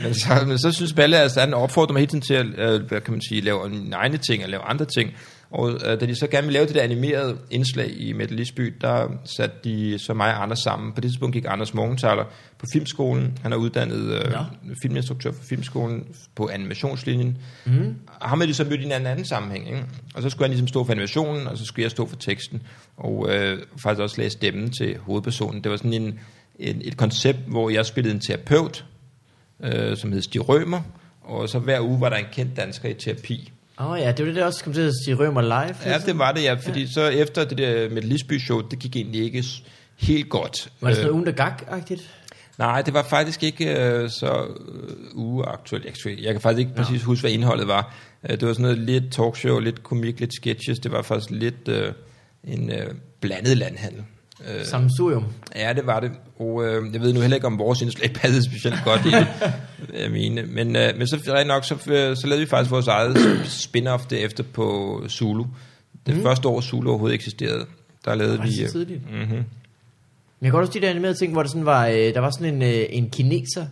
men, så, men så synes Balle, altså, han opfordrer mig hele tiden til at øh, hvad kan man sige, lave mine egne ting og lave andre ting. Og øh, da de så gerne ville lave det der animerede indslag i Mette Lisby, der satte de så mig og Anders sammen. På det tidspunkt gik Anders Morgenthaler på filmskolen. Han er uddannet øh, filminstruktør for filmskolen på animationslinjen. Mm. Ham havde de så mødt i en anden, anden sammenhæng. Ikke? Og så skulle han ligesom stå for animationen, og så skulle jeg stå for teksten. Og øh, faktisk også læse stemmen til hovedpersonen. Det var sådan en, en, et koncept, hvor jeg spillede en terapeut, øh, som hed Stig Rømer, og så hver uge var der en kendt dansker i terapi. Åh oh, ja, det var det, der også kom til at sige Rømer Live. Ja, det var det, ja, fordi ja. så efter det der med Lisby show, det gik egentlig ikke s- helt godt. Var det sådan Øh, noget ugen, der gag-agtigt? Nej, det var faktisk ikke øh, så øh, uaktuelt. Jeg- Jeg kan faktisk ikke præcis huske, hvad indholdet var. Øh, Det var sådan noget lidt talkshow, lidt komik, lidt sketches. Det var faktisk lidt øh, en øh, blandet landhandel. Øh, Samsurium. Ja, det var det. Og øh, jeg ved nu heller ikke, om vores indslag passede specielt godt i det, vil jeg mene. Men, øh, men så rent nok, så, øh, så lavede vi faktisk vores eget spin-off derefter på Zulu. Det mm. første år, Zulu overhovedet eksisterede, der lavede Var det vi... så Øh, tidligt? Mm-hmm. Men jeg kan godt huske de der animerede ting, hvor der, sådan var, øh, der var sådan en, øh, en kineser.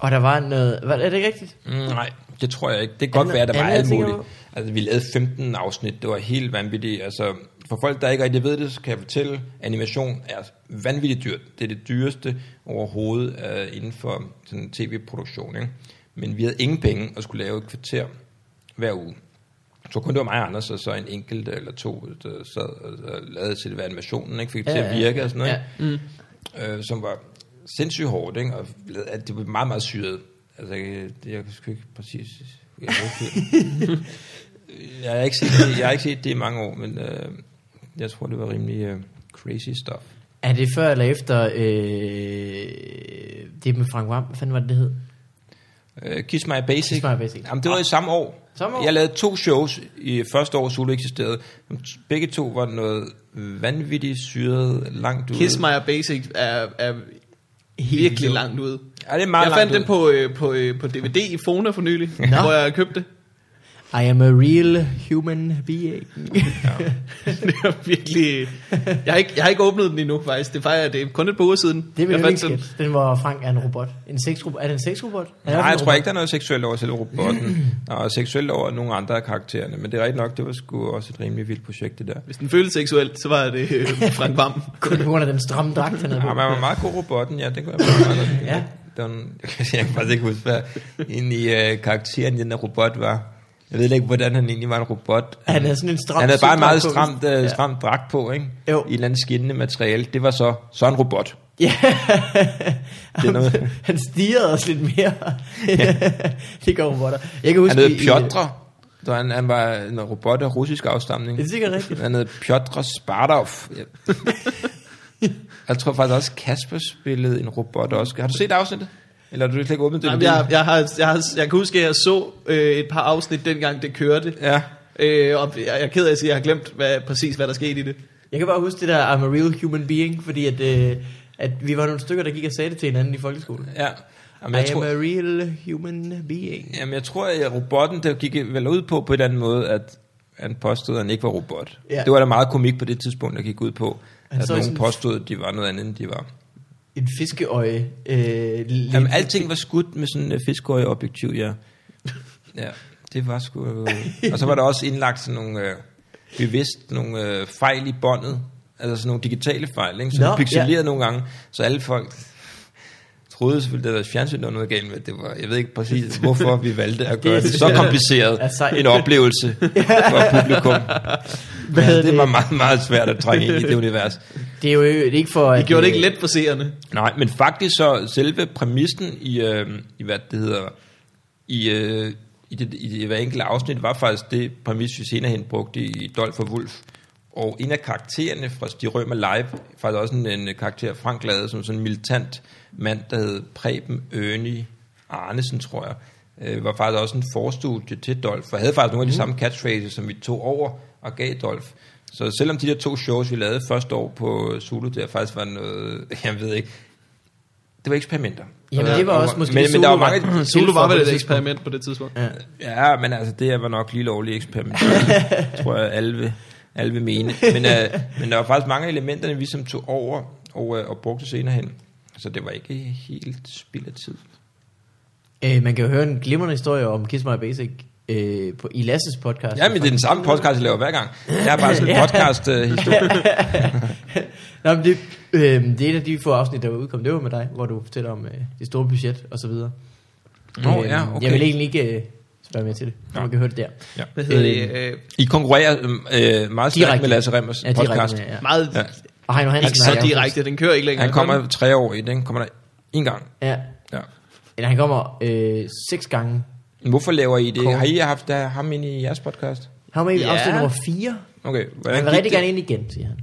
Og der var noget... Var, er det ikke rigtigt? mm, nej, det tror jeg ikke. Det kan godt Andet- være, der var andet, jeg alt tænker muligt. Altså, vi lavede 15 afsnit. Det var helt vanvittigt. Altså, for folk, der ikke rigtig ved det, så kan jeg fortælle, animation er vanvittigt dyrt. Det er det dyreste overhovedet øh, inden for sådan tv-produktion. Ikke? Men vi havde ingen penge og skulle lave et kvarter hver uge. Så kun det var mig og Anders, og så en enkelt eller to, der sad og og lavede sit hvad animationen, ikke? fik det ja, til at virke og sådan noget. Ja øh, som var sindssygt hårdt, ikke? og lavede- at det var meget, meget syret. Altså, jeg, jeg kan sgu ikke præcis... Jeg, kan ikke- jeg, har ikke set det, jeg har ikke set det i mange år, men øh, jeg tror, det var rimelig øh, crazy stuff. Er det før eller efter øh, det med Frank Vam? Hvad fanden var det, det hed? Øh, Kiss My Basic. Kiss My Basic. Ah. Jamen, det var i samme år. Samme år? Jeg lavede to shows i første år, Zulu eksisterede. Begge to var noget vanvittigt syret, langt ud. Kiss My Basic er, er virkelig langt ude. Ja, det er meget jeg fandt langt den på, øh, på, øh, på DVD i Fona for nylig, hvor jeg købte det. I am a real human being. det er virkelig... Jeg har, ikke, jeg har ikke åbnet den endnu, faktisk. Det er, faktisk, det er kun et par uger siden. Det vil jeg jeg ikke fandt den. skætte. Den hvor Frank er en robot. En sexrobot. Er det en sexrobot? Han er i hvert Nej, fald jeg en tror ikke, der er noget seksuelt over selve robotten, og seksuelt over nogle andre af karaktererne, men det er rigtigt nok, det var sgu også et rimelig vildt projekt, det der. Hvis den føles seksuelt, så var det øh, Frank Vam. Kun på grund af den stramme dragt, han havde Ja, på. man var meget god robotten, ja, det kunne jeg bare meget godt lide. Ja. Der var en- Jeg kan faktisk ikke huske, hvad egentlig øh, karakteren i den der robot var. Jeg ved ikke, hvordan han egentlig var en robot. Han havde sådan en stram Han havde bare en meget sygdragt på, stram, hvis- øh, Ja. stram dragt på, ikke? Jo. I et eller andet skinnende materiale. Det var så, så en robot. Ja. Det er noget- han stirrede os lidt mere. det går robotter. Jeg kan huske... Han hed i- i- Piotr. Så han, han var en robot af russisk afstamning. Det er sikkert rigtigt. Han hed Piotr Spartov. Ja. jeg tror faktisk også, Kasper spillede en robot også. Har du set afsnittet? Eller har du slet ikke åbnet det? Jamen, jeg, jeg, har, jeg, har, jeg kan huske, at jeg så øh, et par afsnit, dengang det kørte. Ja. Øh, og jeg, jeg er ked af at sige, at jeg har glemt hvad, præcis, hvad der skete i det. Jeg kan bare huske det der, I'm a real human being, fordi at, øh, at vi var nogle stykker, der gik og sagde det til hinanden i folkeskolen. ja. Jamen, I jeg, am tror, a real human being. jamen, jeg tror, at robotten der gik vel ud på på en eller anden måde, at han påstod, at han ikke var robot. Ja. Det var der meget komik på det tidspunkt, der gik ud på, Han at så i nogen sådan- påstod, at de var noget andet, end de var. En fiskeøje. Øh, lidt- Jamen, alting var skudt med sådan et fiskøje objektiv, ja. Ja, det var sgu... øh, Og så var der også indlagt sådan nogle øh, bevidst nogle øh, fejl i båndet. Altså sådan nogle digitale fejl, ikke? Så Nå, no, pixeleret ja. nogle gange, så alle folk troede selvfølgelig, at deres fjernsyn der var noget galt med. Det var, jeg ved ikke præcis, hvorfor vi valgte at gøre det, Altså, så kompliceret Ja, sejt. en oplevelse for publikum. Hvad Ja, hedder det var meget, meget svært at trænge ind i det univers. Det er jo det er ikke for... øh, Det gjorde det ikke let for seerne. Nej, men faktisk så selve præmissen i, øh, i hvad det hedder, i, øh, i, det, i det, hver enkelt afsnit, var faktisk det præmis, vi senere hen brugte i, i Dolph og Wolf. Og en af karaktererne fra Stig Rømer Live, faktisk også en, en karakter, Frank lavede, som sådan en militant mand, der hed Preben Øni Arnesen, tror jeg, øh, var faktisk også en forstudie til Dolph, og havde faktisk nogle af de samme catchphrases, som vi tog over og gav Dolph. Så selvom de der to shows, vi lavede første år på Zulu, der faktisk var noget, jeg ved ikke, det var eksperimenter. Jamen, det var også måske men, men der Zulu var var- mange, Solo var på vel det et tidspunkt. eksperiment på det tidspunkt. Ja. Ja, men altså, det var nok lige lovligt eksperiment, tror jeg, alle vil, alle vil mene. Men, øh, men der var faktisk mange af elementerne, vi som tog over og, øh, og brugte senere hen. Så det var ikke helt spild af tid. Øh, man kan jo høre en glimrende historie om Kiss My Basic øh, på, i Lasses podcast. Ja, men det er den samme podcast, jeg laver hver gang. Jeg er bare sådan en øh, podcast-historie. Nå, men det, øh, det er et af de få afsnit, der var udkommet, det var med dig, hvor du fortæller om øh, det store budget og så videre. Øhm, Nå, ja, okay. Jeg vil egentlig ikke øh, spørge mere til det, så Nå. man kan høre det der. Ja. Hvad hedder Øh, det? Øh, I konkurrerer øh, øh, meget stærkt Direkte. med Lasse Remmers Ja, direkte podcast. med, ja. meget Ja. Og Heino Hansen ikke Altså, så direkte, den kører ikke længere. Han kommer tre år i den, kommer der en gang. Ja, Ja. eller han kommer øh, seks gange. Men Hvorfor laver I det? Kort. Har I haft der, ham ind i jeres podcast? Han var med i Ja. afsnit nummer 4. Okay, hvordan Han vil gik rigtig det? gerne ind igen, siger han.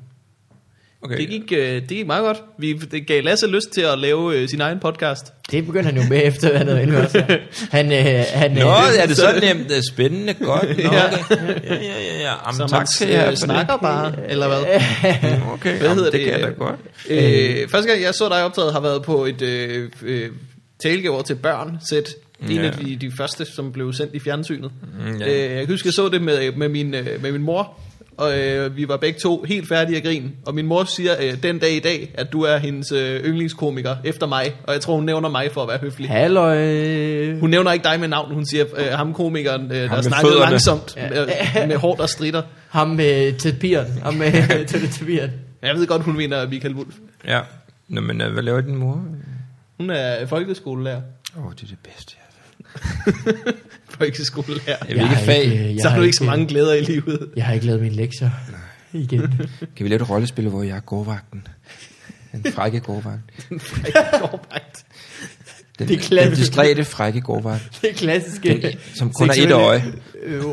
Okay. Det gik, øh, det gik meget godt. Vi, det gav Lasse lyst til at lave øh, sin egen podcast. Det begyndte han jo med efter, han havde indhørt sig. Han, øh, han, Nå, øh, er det så nemt? Det er Spændende, godt. Nå, Ja. okay. ja, ja, ja, ja. Jamen, Så tak man skal jeg have øh, for det. snakker bare, eller hvad? Okay, Hvad jamen, hedder det det? kan jeg da godt. Øh, første gang, jeg så dig optaget, har været på et øh, øh, talegaver til børn sæt. En Ja. af de, de første, som blev sendt i fjernsynet. Mm, Mm, ja. yeah. øh, jeg kan huske, jeg så det med, med, min, øh, med min mor. og øh, vi var begge to helt færdige af grin. Og min mor siger øh, den dag i dag, at du er hendes øh, yndlingskomiker efter mig, og jeg tror, hun nævner mig for at være høflig. Halløj. Hun nævner ikke dig med navn, hun siger øh, ham komikeren, øh, der med snakkede fødderne. langsomt, Ja. med, med hårdt og stritter. Ham med tapiren. Ham øh, med tapiren. Jeg ved godt, hun mener Michael Wolf. Ja. Nå, men øh, hvad laver din mor? Åh, Hun er folkeskolelærer. oh, det er det bedste, jeg ved. Folkeskolelærer. Ja, hvilket fag? øh, Så har du ikke så mange glæder i livet. Jeg har ikke lavet mine lektier. Igen. øh, Kan vi lave et rollespil, hvor jeg er gårdvagten? Den frække gårdvagt. Gårdvagt. Den, Det er klasse. den distræte frække gårdvagt. Det klassiske. Den, som kun har et seksuelle- øje. Øh,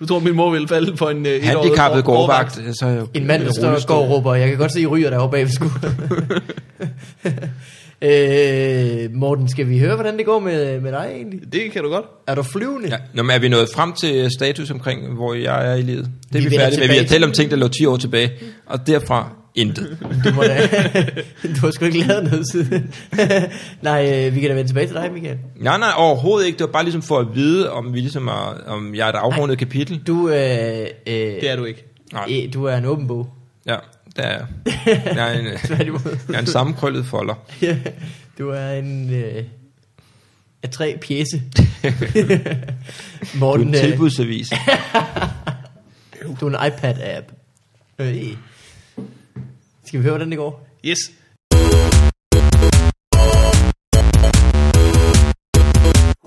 Du tror, min mor ville falde for en øh, Handicappet etårig gård- gårdvagt. Så er jeg jo En mand, der i står og rullestol. går og råber, jeg kan godt se, I ryger deroppe bag ved skulderen. øh, Morten, skal vi høre, hvordan det går med, med dig egentlig? Det kan du godt. Er du flyvende? Ja. Nå, men er vi nået frem til øh, status omkring, hvor jeg er i livet? Vi Det er vi, vi vender færdige med. Vi tilbage har talt om til- ting, der lå 10 år tilbage. Og derfra intet. Du, må da, du har sgu ikke lavet noget siden. Nej, øh, vi kan da vende tilbage til dig, Michael. Nej, nej, overhovedet ikke. Det var bare ligesom for at vide, om, vi ligesom er, om jeg er et afrundet kapitel. Du, øh, øh, Det er du ikke. Nej, øh, du er en åben bog. ja, der er jeg. Jeg er en, Tværtimod. jeg er en sammenkrøllet folder. Ja, du er en øh, af tre pjæse. Du er en Morten, øh, tilbudsavis. du er en iPad-app. Øh. Skal vi høre, hvordan det går? Yes.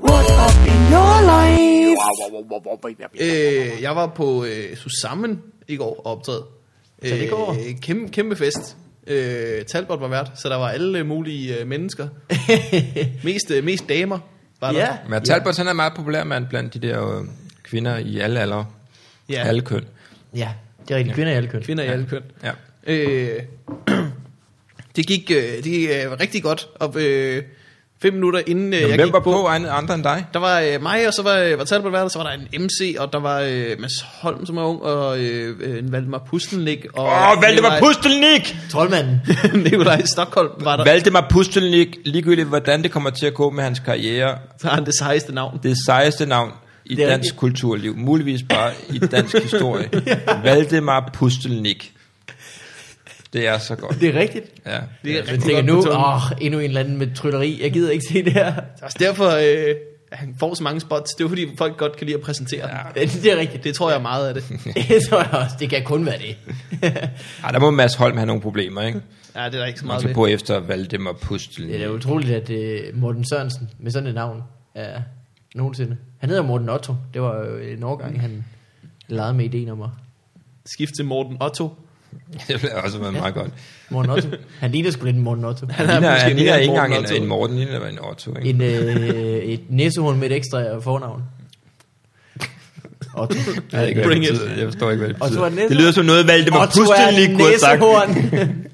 What up in your life? Øh, jeg var på øh, Susammen i går og optræde. Så det går? Øh, kæmpe, kæmpe fest. Øh, Talbot var vært, så der var alle mulige øh, mennesker. Mest, øh, mest damer var der. ja. Men Talbot, han er meget populær mand blandt de der øh, kvinder i alle aldre. Ja. Ja. Alle køn. Ja, det er rigtigt. Kvinder er alle køn. Kvinder i alle køn. Ja. Øh, det gik, øh, det gik øh, rigtig godt. Og øh, fem minutter inden øh, Jamen, jeg hvem gik var på andet- andre end dig? Der var øh, mig, og så var, øh, var Talbot værd, og så var der en MC, og der var øh, Mads Holm, som er ung, og øh, øh, en Valdemar Pustelnik. Åh, Åh, oh, Valdemar Pustelnik! Troldmanden. Nikolaj Stockholm var der. Valdemar Pustelnik, ligegyldigt hvordan det kommer til at gå med hans karriere, Så har han det sejeste navn. det sejeste navn i Det er dansk rigtigt. kulturliv, muligvis bare i dansk historie. Valdemar Pustelnik. Det er så godt. Det er rigtigt. Ja. Det er Jeg rigtig tænker godt nu, på tungen. åh, endnu en eller anden med trylleri. Jeg gider ikke se det her. Det er også derfor, øh, at han får så mange spots. Det er jo fordi, folk godt kan lide at præsentere. Ja. Det er rigtigt. Det tror jeg er meget af det. Det tror jeg også. Det kan kun være det. Ej, der må Mads Holm have nogle problemer, ikke? Ja, det er der ikke så Man meget skal ved. på efter Valdemar Pustelnik. det er da utroligt, at uh, Morten Sørensen med sådan et navn er nogensinde. Han hedder Morten Otto. Det var jo en årgang, han legede med ideen om mig. Skift til Morten Otto. Det ville også være meget godt. Morten Otto. Han ligner sgu lidt en Morten Otto. Han Han måske er, han mere ligner en ikke engang Morten Otto. en, en Morten, han ligner en Otto, ikke? En, øh, et næsehorn med et ekstra fornavn. Otto. Jeg, ved ikke, hvad det Bring it. betyder. jeg forstår ikke, hvad det Otto er betyder. næse- Det lyder som noget, Valdemar Otto er Pustelnik et kunne have sagt. næsehorn.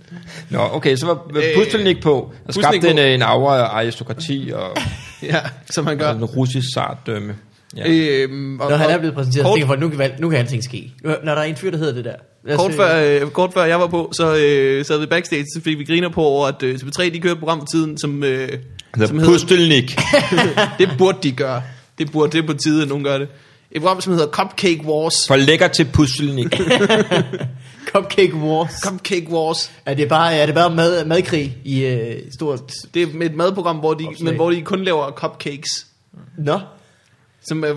Nå, okay, så var Øh, Pustelnik på, og Pustelnik skabte en, på. øh, en aura af aristokrati og, Ja, som han gør. og en russisk sartdømme. Ja. Øhm, og, Når han og er blevet præsenteret, så kort, tænker folk, nu kan, val- nu kan alting ske. Nu, når der er en fyr, der hedder det der. Lad os kort, se. før, øh, kort før jeg var på, så øh, sad vi backstage, så fik vi griner på over, at øh, TV3 de kører et program for tiden, som, øh, som hedder Altså, Pustelnik. Det burde de gøre. Det burde det er på tide, at nogen gør det. Et program, som hedder Cupcake Wars. For lækker til Pustelnik. Cupcake Wars. Cupcake Wars. Er det bare, er det bare mad, madkrig i øh, stort... Det er et madprogram, hvor de, Opslag. men hvor de kun laver cupcakes. Nå. Som er, er,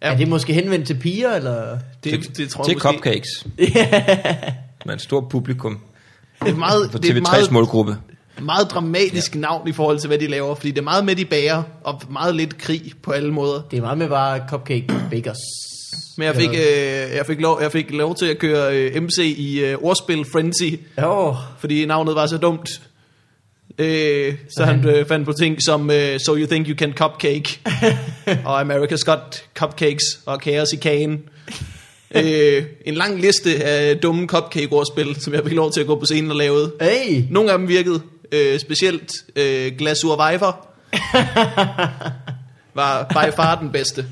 Er det, det måske henvendt til piger, eller... det, det, tror jeg til måske. cupcakes. Med en stor publikum Det er meget, på det er et TV3's meget, målgruppe. meget dramatisk ja. navn i forhold til, hvad de laver. Fordi det er meget med, de bager, og meget lidt krig på alle måder. Det er meget med bare cupcake bakers. Men jeg fik, øh, jeg fik, lov, jeg fik lov til at køre øh, MC i øh, ordspil Frenzy, Åh, oh, fordi navnet var så dumt. Øh, så han øh, fandt på ting som øh, So you think you can cupcake Og America's got cupcakes Og Chaos i kagen øh, En lang liste af dumme cupcake-ordspil Som jeg fik lov til at gå på scenen og lave hey! Nogle af dem virkede øh, Specielt øh, Glasur Viper Var by far den bedste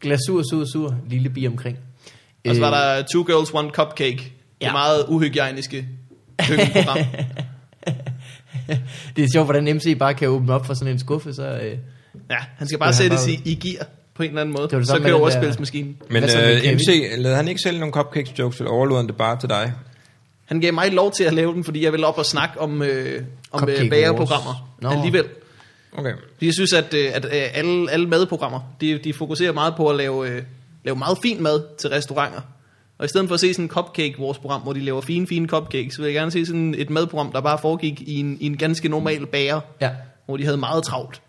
Glasur, sur, sur. Lille bi omkring. Og så var Øh, der Two Girls One Cupcake Det Ja. meget uhygiejniske køkkenprogram det er sjovt, hvordan MC bare kan åbne op for sådan en skuffe, så... Øh, Ja, han skal bare Skulle han sættes bare- i, i gear på en eller anden måde. Det var det så samme kører med den overspilsmaskinen. Men Hvad så med øh, Kevin? MC, lavede han ikke sælge nogle cupcakes jokes, eller overlod han det bare til dig? Han gav mig lov til at lave den, fordi jeg ville op og snakke om, øh, om Cupcake øh, Wars. bagerprogrammer Nå. no. alligevel. Okay. Fordi jeg synes, at, øh, at øh, alle, alle madprogrammer, de, de fokuserer meget på at lave, øh, lave meget fin mad til restauranter. Og i stedet for at se sådan en Cupcake Wars program, hvor de laver fine, fine cupcakes, så vil jeg gerne se sådan et madprogram, der bare foregik i en, i en ganske normal bager, Ja. hvor de havde meget travlt.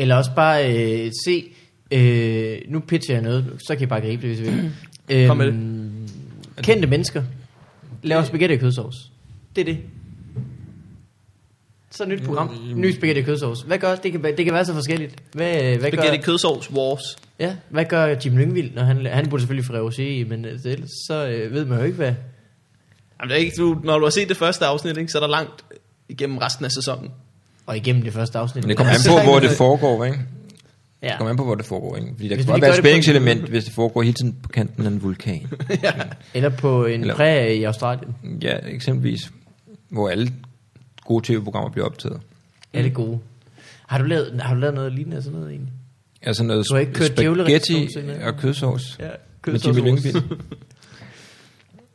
Eller også bare øh, se, øh, nu pitcher jeg noget, så kan I bare gribe det, hvis I vil. Øhm, Kom med Kendte mennesker laver spaghetti og kødsovs. Det er det. Så nyt program. Ny spaghetti og kødsovs. Hvad gør, det kan, være- det kan være så forskelligt. Hvad, øh, hvad gør, Spaghetti kødsovs Wars. ja, hvad gør Jim Lyngvild, når han, han burde selvfølgelig fra i, men øh, ellers så øh, ved man jo ikke, hvad... Jamen, det er ikke, du, når du har set det første afsnit, ikke, så er der langt igennem resten af sæsonen. Og igennem det første afsnit. Men det kommer an på, hvor det foregår, ikke? Ja. Det kommer an på, hvor det foregår, ikke? Fordi der Hvis kan vi gør godt være et det på- spændingselement, hvis det foregår hele tiden på kanten af en vulkan. Eller på en Eller- præ i Australien. ja, eksempelvis. Hvor alle gode tv-programmer bliver optaget. Alle gode. Har du lavet, har du lavet noget lignende af sådan noget egentlig? Altså noget Du har ikke kørt djævlerets sovs spaghetti endnu? og kødsovs. Ja, Med Jimmy Lyngvild.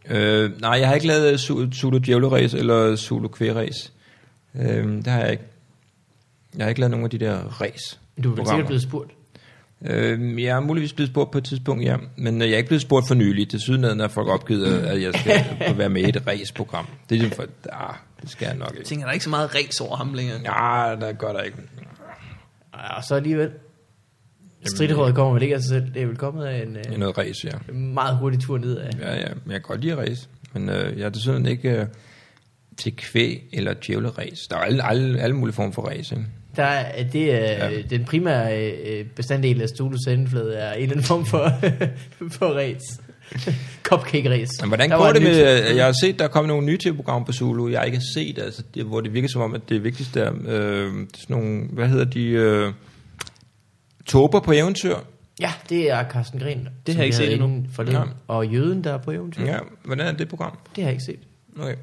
øh, nej, jeg har ikke lavet Su- Zulu Djævleræs eller Zulu Kværæs. Øh, det har jeg ikke. Jeg har ikke lavet nogen af de der ræs. Du er vel sikkert blevet spurgt. Øh, jeg er muligvis blevet spurgt på et tidspunkt, ja. Men øh, jeg er ikke blevet spurgt for nylig. Til sydenheden har folk opgivet, øh, at jeg skal være med i et raceprogram. Det er ligesom for, ah, det skal jeg nok Jeg ikke. tænker, der er ikke så meget ræs over ham længere. Ja, der gør der ikke. Ja, og så alligevel. Stridthåret kommer vel ikke af sig selv. Det er vel kommet af en Det er øh, noget race, ja. meget hurtig tur ned af. Ja, ja, men jeg kan godt lide at race. Men øh, jeg er desuden ikke øh, til kvæg eller djævleræs. Der er alle, alle, alle mulige former for race, ikke? Der er, det er ja. den primære øh, bestanddel af Stulus sendeflade er en eller anden form for, for ræs. Cupcake ræs. Men hvordan går det med, øh, jeg har set, der er kommet nogle nye tv-programmer på Zulu, jeg har ikke har set, altså, det, hvor det virker som om, at det vigtigste er, øh, sådan nogle, hvad hedder de, øh, tober på eventyr. Mm. Ja, det er Carsten Gren. Det har jeg ikke set endnu. Forleden. Nej. Og Jøden, der er på eventyr. Ja. Ja, hvordan er det program? Det har jeg ikke set. Okay.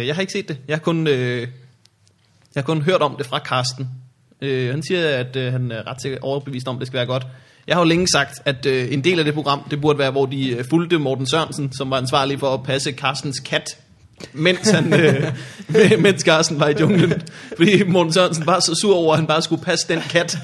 Øh, jeg har ikke set det. Jeg har kun, øh, jeg har kun hørt om det fra Karsten. Øh, han siger, at øh, han er ret sikkert overbevist om, at det skal være godt. Jeg har jo længe sagt, at øh, en del af det program, det burde være, hvor de øh, fulgte Morten Sørensen, som var ansvarlig for at passe Karstens kat, mens, han, øh, mens Karsten var i junglen. Fordi Morten Sørensen var så sur over, at han bare skulle passe den kat.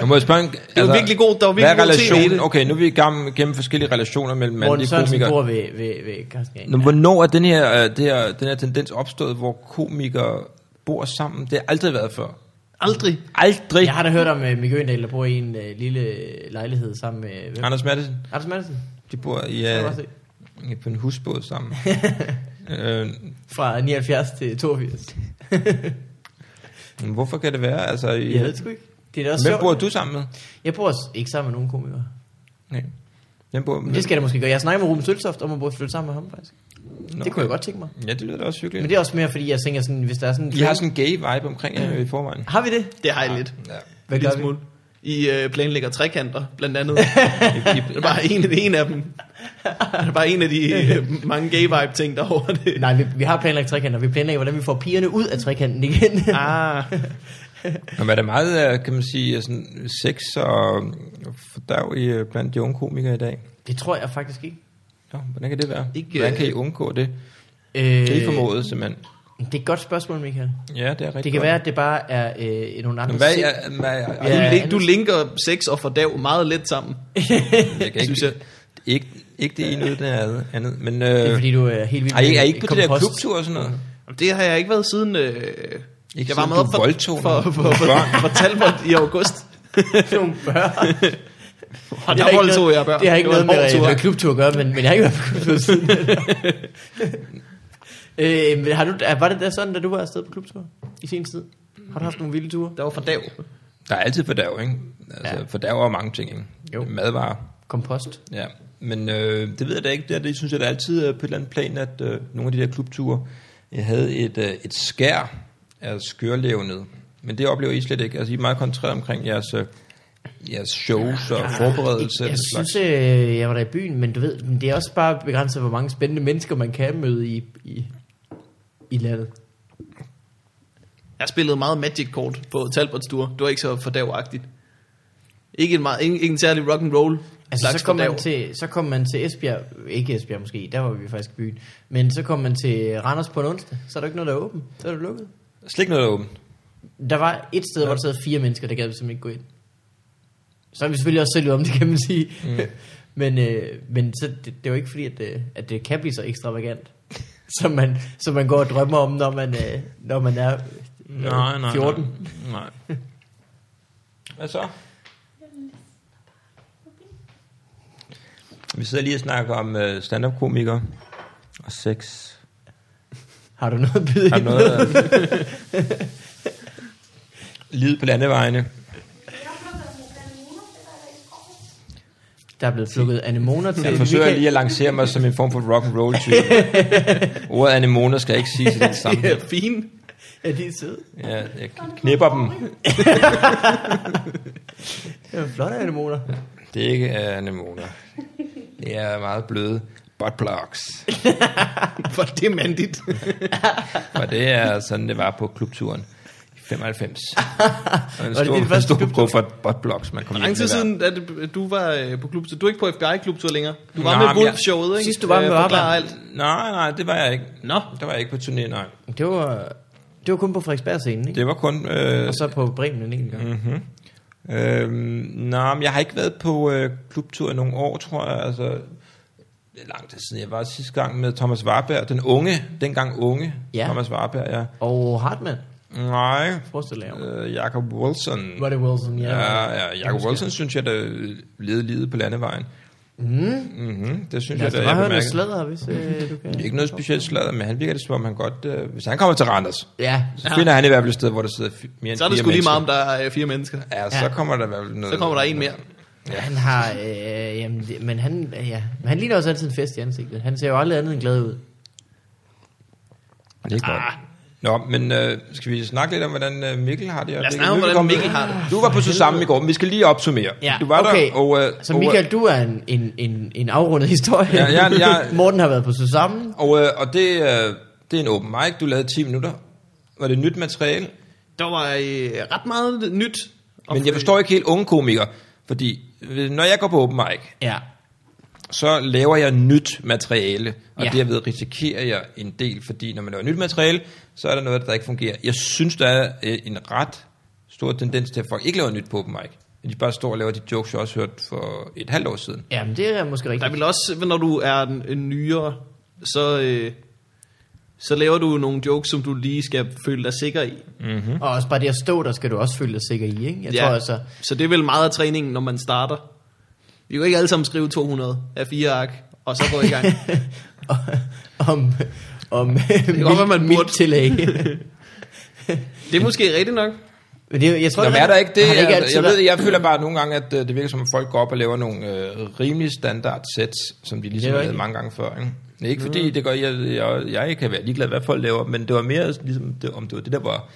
Jeg må jeg spørge, altså, Det var virkelig god, der var virkelig hvad er god tv i relationen? det. Okay, nu er vi igennem, gennem forskellige relationer mellem Morten mandlige altså, Sørensen komikere. bor ved, ved, ved Carsten Gren. Nå, hvornår er den her, øh, det her, den her tendens opstået, hvor komikere bor sammen? Det har aldrig været før. Aldrig. Aldrig. Jeg har da hørt om uh, Mikke Øendal, der bor i en uh, lille lejlighed sammen med... øh, Hvem? Anders Madsen, Anders Madsen de bor i, kan jeg godt se. øh, på en husbåd sammen. øh, fra 79 til 82. men hvorfor kan det være? Altså, i, Jeg ved det sgu ikke. Det er da også hvem sjovt. bor du sammen med? Jeg bor s- ikke sammen med nogen komikere. Nej. Hvem bor, Men det skal jeg da måske gøre. Jeg snakker med Ruben Søltoft om at burde flytte sammen med ham, faktisk. Nå, Det kunne jeg godt tænke mig. Ja, det lyder da også hyggeligt. Men det er også mere, fordi jeg tænker sådan, hvis der er sådan... I har sådan en gay vibe omkring jer i forvejen. Har vi det? Det har jeg lidt. Ja. Hvad En gør lille vi? smule. I øh, planlægger trekanter, blandt andet. det er bare en, af- en af dem. Det er bare en af de øh, mange gay-vibe-ting, der er over det. Nej, vi, vi har planlagt trekanter. Vi planlægger, hvordan vi får pigerne ud af trekanten igen. Ah, Men er der meget, øh, kan man sige, sådan sex og og fordærv i, øh, blandt de unge komikere i dag? det tror jeg faktisk ikke. Nå, hvordan kan det være? Ikke, hvordan kan øh, I undgå det? Øh, Det er I formodet, simpelthen. det er et godt spørgsmål, Michael. Ja, det er rigtig Det kan godt. være, at det bare er øh, nogle andre... Men hvad, sind- er, hvad er, du, ja. Ja, link, du linker sex og fordav meget let sammen. jeg kan synes ikke, jeg. ikke, ikke det ene uden det andet- andet. Men, øh, Det er fordi, du er helt vild er, I, er I med ikke på det der kompost. klubtur og sådan noget? Jamen, Det har jeg ikke været siden... Øh, Ikke jeg var siden med du op for, voldtog for, for, nogle for, børn. for Talbot i august. Nogle børn. Og Det der har ikke voldtog noget- jeg børn. Det har ikke var noget en med, hård tur. med klubtur at gøre, men, men jeg har ikke været på klubtur siden. øh, men har du, er- var det da sådan, da du var afsted på klubtur i sin tid? Har du haft nogle vilde ture? Der var fordav. Der er altid fordærv, ikke? Altså, Ja. ja. fordærv er mange ting, ikke? Jo. Madvarer, Kompost. ja. Men øh, det ved jeg da ikke. Det, er- det synes jeg da altid øh, på et eller andet plan, at øh, nogle af de der klubture, jeg havde et, øh, et skær af skørlevnet. Men det oplever I slet ikke. Altså, I er meget kontreret omkring jeres, øh, jeres shows og forberedelse. Jeg og den slags. synes, øh, jeg var der i byen, men du ved, men det er også bare begrænset, hvor mange spændende mennesker, man kan møde i, i, i landet. Jeg spillede meget Magic-kort på Talbots tur. Det var ikke så fordavagtigt. Ikke en, meget, ikke, ikke en særlig rock and roll Altså, så kom, man til, så kom man til Esbjerg, ikke Esbjerg måske, der var vi faktisk i byen, men så kom man til Randers på en onsdag, så er der ikke noget, der er åbent, så er det lukket. Slik noget åbent. Der var et sted, ja. hvor der sad fire mennesker, der gad simpelthen ikke gå ind. Så er vi selvfølgelig også selv om det, kan man sige. Mm. men øh, men så, det, det, var ikke fordi, at, det- at det kan blive så ekstravagant, som man, som man går og drømmer om, når man, øh, når man er øh, 14. Nej. Hvad så? Vi sidder lige og snakker om øh, stand-up-komikere og sex. Har du noget at byde Har ind du med? noget? øh, Livet på landevejene. Der er blevet plukket anemoner til. Jeg forsøger Michael. lige at lancere mig som en form for rock and roll type. Ordet anemoner skal ikke siges i den sammenhæng. Ja, fint. Ja, de er søde. Ja, jeg knipper dem. Det er flotte anemoner. Det er ikke øh, anemoner. Det er meget bløde buttplugs. For det er mandigt. Og det er sådan, det var på klubturen i 95. Og en Var det din stor, en første stor klubtur? kuffert buttplugs, man kom Hvor hjem lang tid med hver. siden, at du var øh, på klubtur? Du er ikke på FBI-klubtur længere. Du var Nå, med men jeg- Wolf-showet, ikke? Sidst du var med, var forklare der- alt. Nej, nej, det var jeg ikke. Nå, der var jeg ikke på turné, nej. Det var, det var kun på Frederiksberg scenen, ikke? Det var kun... Øh, Og så på Bremen en enkelt gang. Mm. Øhm, nej, men jeg har ikke været på øh, klubtur i nogle år, tror jeg. Altså, det er lang tid siden. Jeg var sidste gang med Thomas Warberg, den unge, dengang unge Ja. Thomas Warberg, ja. Og Hartmann, Nej, forestil dig. Øh, øh, Jacob Wilson. var det Wilson? Ja, Ja, ja, Jacob Måske. Wilson synes jeg, der levede livet på landevejen. Mm. Mm-hmm, det synes Lad jeg, os da der bare høre jeg noget bemærkede. sladder, hvis øh, du kan. Ikke noget specielt sladder, men han virker det som om, han godt... Øh, hvis han kommer til Randers, Ja, så finder han i hvert fald et sted, hvor der sidder fi- mere end Så er det fire sgu lige meget, om mennesker. der er øh, fire mennesker. Ja, så Ja. kommer der i hvert fald noget... Så kommer der en mere. Ja. han har... Øh, jamen, det- men han, ja, men han ligner også altid en fest i ansigtet. Han ser jo aldrig andet end glad ud. Det er godt. Ah. Nå, men øh, skal vi snakke lidt om, hvordan øh, Mikkel har det? Lad snakke om, hvordan Mikkel har det. Du var på Susamme i går, men vi skal lige opsummere. Ja, du var okay. der, og... Øh, Altså, Så Michael, du er en, en, en, en afrundet historie. Ja, jeg- jeg- Morten har været på Susanne. Og, og, øh, og det, øh, det er en open mic, du lavede 10 minutter. Var det nyt materiale? Der var øh, ret meget nyt. øh, Og Men jeg forstår ikke helt unge komikere, fordi øh, når jeg går på open mic, Ja. så laver jeg nyt materiale, og Ja. ja. derved risikerer jeg en del, fordi når man laver nyt materiale, så er der noget, der ikke fungerer. Jeg synes, der er øh, en ret stor tendens til, at folk ikke laver nyt på open mic. At De bare står og laver de jokes, jeg også hørte for et halvt år siden. Jamen, det er måske Der er rigtigt. vel også, øh, når du er en, en nyere, så, øh, så laver du nogle jokes, som du lige skal føle dig sikker i. Mm. Og også bare det at stå der, skal du også føle dig sikker i, ikke? Jeg tror altså... Så det er vel meget af træningen, når man starter. Vi kan jo ikke alle sammen skrive 200 af fire ark, og så går i gang. om om det godt være, man burde. tillæg. det er måske rigtigt nok. Men det, er- jeg tror, Nå, men er der ikke det? har Jeg, altid jeg, ved, været- jeg føler bare nogle gange, at øh, det virker som, at folk går op og laver nogle øh, rimelig standard sets, som de Det ligesom er har rigtigt. Mm. lavet mange gange før. Ikke, det er ikke fordi, det gør, jeg, jeg, jeg kan være ligeglad, hvad folk laver, men det var mere, ligesom, det, om det var det, der var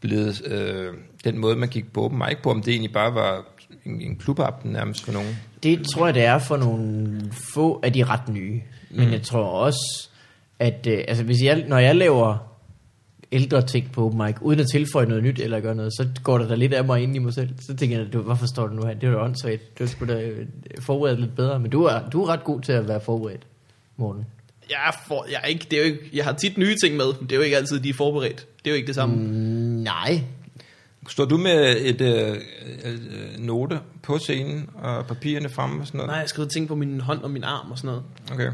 blevet øh, den måde, man gik på open mic på, om det egentlig bare var en, en klubaften nærmest for nogen. Det tror jeg, det er for nogle få af de ret nye. Men Mm. jeg tror også, at øh, altså, hvis jeg, når jeg laver ældre ting på open mic, uden at tilføje noget nyt eller gøre noget, så går der da lidt af mig ind i mig selv. Så tænker jeg, du, hvorfor står du nu her? Det er jo da åndssvagt. Du skulle da øh, forberede lidt bedre. Men du er, du er ret god til at være forberedt, Morten. Jeg, får, jeg, er ikke, det er jo ikke, jeg har tit nye ting med, men det er jo ikke altid, de er forberedt. Det er jo ikke det samme. Mm. Nej. Står du med et øh, øh, note på scenen og papirerne fremme og sådan noget? Nej, jeg skriver ting på min hånd og min arm og sådan noget. Okay.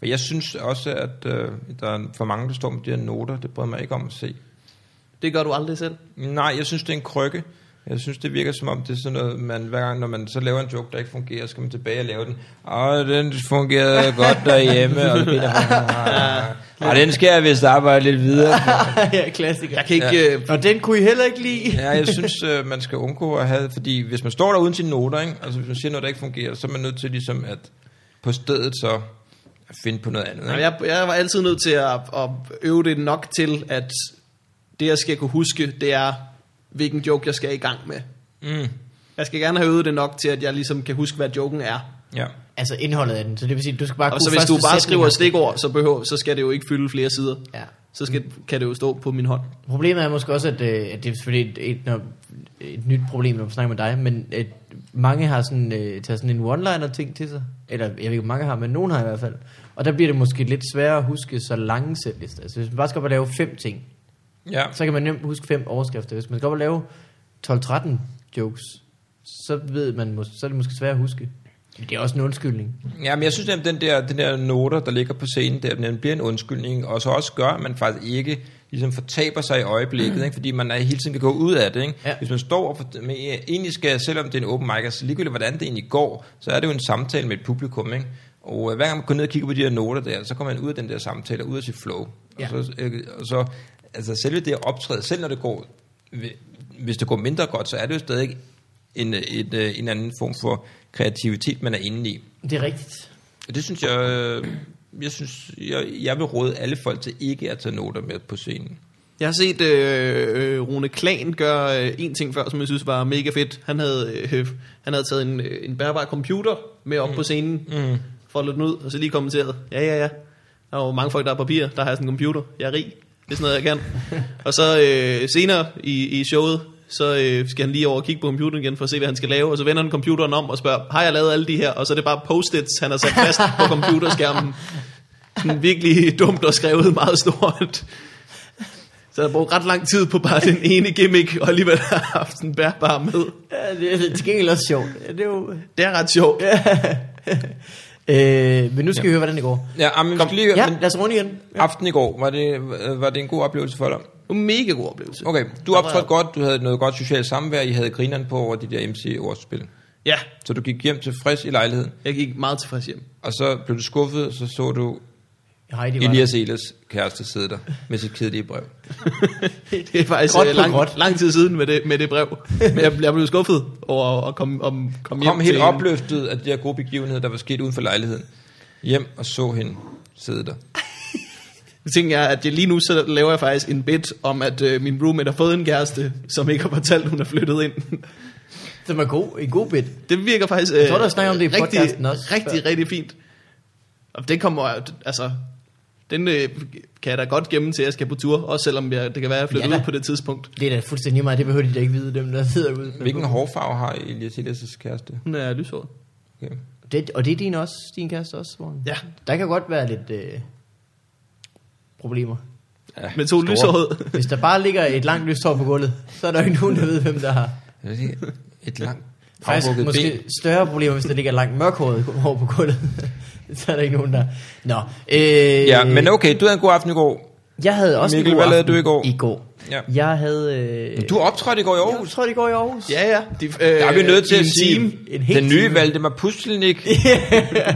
Men jeg synes også, at øh, der er for mange, der står med de her noter. Det bryder mig ikke om at se. Det gør du aldrig selv. Nej, jeg synes, det er en krykke. Jeg synes, det virker som om, det er sådan noget, man hver gang, når man så laver en joke, der ikke fungerer, skal man tilbage og lave den. Åh, den fungerede godt derhjemme. Og det bliver, og den skal jeg vist arbejde lidt videre. på." ja, klassiker. Jeg kan ikke... Ja. Øh, Og den kunne I heller ikke lide. Ja, jeg synes, øh, man skal undgå at have, fordi hvis man står der uden sine noter, ikke? altså hvis man siger noget, der ikke fungerer, så er man nødt til ligesom at på stedet så at finde på noget andet. Ikke? nej, jeg, jeg var altid nødt til at, at øve det nok til, at det, jeg skal kunne huske, det er, hvilken joke, jeg skal i gang med. Mm, Jeg skal gerne have øvet det nok til, at jeg ligesom kan huske, hvad joken er. ja. Altså indholdet af den, så det vil sige, du skal bare Og kunne så hvis første du bare sætning skriver af- stikord, så, behøver, så skal det jo ikke fylde flere sider. Ja. så skal, kan det jo stå på min hånd. Problemet er måske også, at, øh, at det er selvfølgelig et, et, når- et nyt problem, når man snakker med dig, men at mange har sådan, øh, taget sådan en one-liner ting til sig. Eller jeg ved ikke, om mange har, men nogen har i hvert fald. Og der bliver det måske lidt sværere at huske så lange sætlister. Altså hvis man bare skal op og lave fem ting, Ja. så kan man nemt huske fem overskrifter. Hvis man skal op og lave 12-13 jokes, så ved man, mås- så er det måske svært at huske. Men det er også en undskyldning. Ja, men jeg synes, at den der, den der noter, der ligger på scenen, der, den bliver en undskyldning, og så også gør, at man faktisk ikke ligesom fortaber sig i øjeblikket, ikke? fordi man er hele tiden kan gå ud af det. Ikke? Mm. Ja. Hvis man står og for, men egentlig skal, selvom det er en open mic, altså ligegyldigt hvordan det egentlig går, så er det jo en samtale med et publikum. Ikke? Og øh, hver gang man går ned og kigger på de her noter der, så kommer man ud af den der samtale, og ud af sit flow. Ja. Og så, øh, og så altså selve det at optræde, selv når det går, hvi- hvis det går mindre godt, så er det jo stadig en, øh, et, øh, en anden form for kreativitet, man er inde i. Det er rigtigt. Og Det synes jeg, øh, jeg synes, jeg, jeg vil råde alle folk til ikke at tage noter med på scenen. Jeg har set øh, øh, Rune Klan gøre øh, en ting før, som jeg synes var mega fedt. Han havde, øh, han havde taget en, øh, en bærbar computer med op mm. på scenen, mm. foldet den ud, og så lige kommenteret, ja, ja, ja. Der er jo mange folk, der har papir, der har jeg sådan en computer. Jeg er rig, det er sådan noget, jeg kan. og så øh, senere i, i showet, så øh, skal han lige over og kigge på computeren igen for at se, hvad han skal lave. Og så vender han computeren om og spørger, har jeg lavet alle de her? Og så er det bare post-its, han har sat fast på computerskærmen. Sådan virkelig dumt og skrevet meget stort. Så jeg har brugt ret lang tid på bare den ene gimmick, og alligevel har jeg haft en bærbar med. Ja, det, det er til gengæld også sjovt. Ja, Det er jo... Det er ret sjovt. Ja. øh, men nu skal vi høre, hvordan det går. Ja, ah, men, Kom, lige, Ja, ja. men lad os runde igen. aften i går, var det, øh, var det en god oplevelse for dig? Mega god oplevelse. Okay, du Der optrådte var- godt, du havde noget godt socialt samvær, I havde grineren på over de der MC-ordspil. Ja, Så du gik hjem tilfreds i lejligheden, jeg gik meget tilfreds hjem. og så blev du skuffet, så så du Heidi var Elias Eles kæreste sidde der med sit kedelige brev. Det er faktisk Gråt øh, på lang, gråt. lang tid siden med det, med det brev. Men jeg, jeg blev skuffet over at komme om, kom hjem Kom helt til opløftet af de der gode begivenheder, der var sket uden for lejligheden. Hjem og så hende sidde der. Nu tænker jeg, at jeg lige nu så laver jeg faktisk en bit om, at øh, min roommate har fået en kæreste, som ikke har fortalt, hun er flyttet ind. Som er god, en god bit. Det virker faktisk jeg tror, der er snak om det i podcasten rigtig, også. rigtig, rigtig fint. Og det kommer, altså, den øh, kan jeg da godt gemme til, at jeg skal på tur, også selvom jeg, det kan være, at jeg flytter Ja ja, da. ud på det tidspunkt. Det er da fuldstændig lige meget, det behøver de da ikke vide, dem der sidder ude. Hvilken hårfarve har Elias Eles' kæreste? Hun er lyshåret. Okay. Det, og det er din også, din kæreste også, Morten? Ja. Der kan godt være lidt øh, problemer. Ja, Med to store. lyshårede. Hvis der bare ligger et langt lyst hår på gulvet, så er der jo ikke nogen, der ved, hvem der har. Hvad er det? Et langt Faktisk afbrugget måske ben. større problemer, hvis der ligger et langt mørkhåret hår på gulvet. så er der ikke nogen, der... Nå. Øh, Ja, men okay, du havde en god aften i går. Jeg havde også Mikkel, en god hvad aften lavede du i går? I går. Ja. Jeg havde... Øh, Du optrådte i går i Jeg Aarhus. tror, det går i Aarhus. Ja, ja. De, øh, der Der er vi nødt til at sige, En hel den nye time. Valdemar Pustelnik.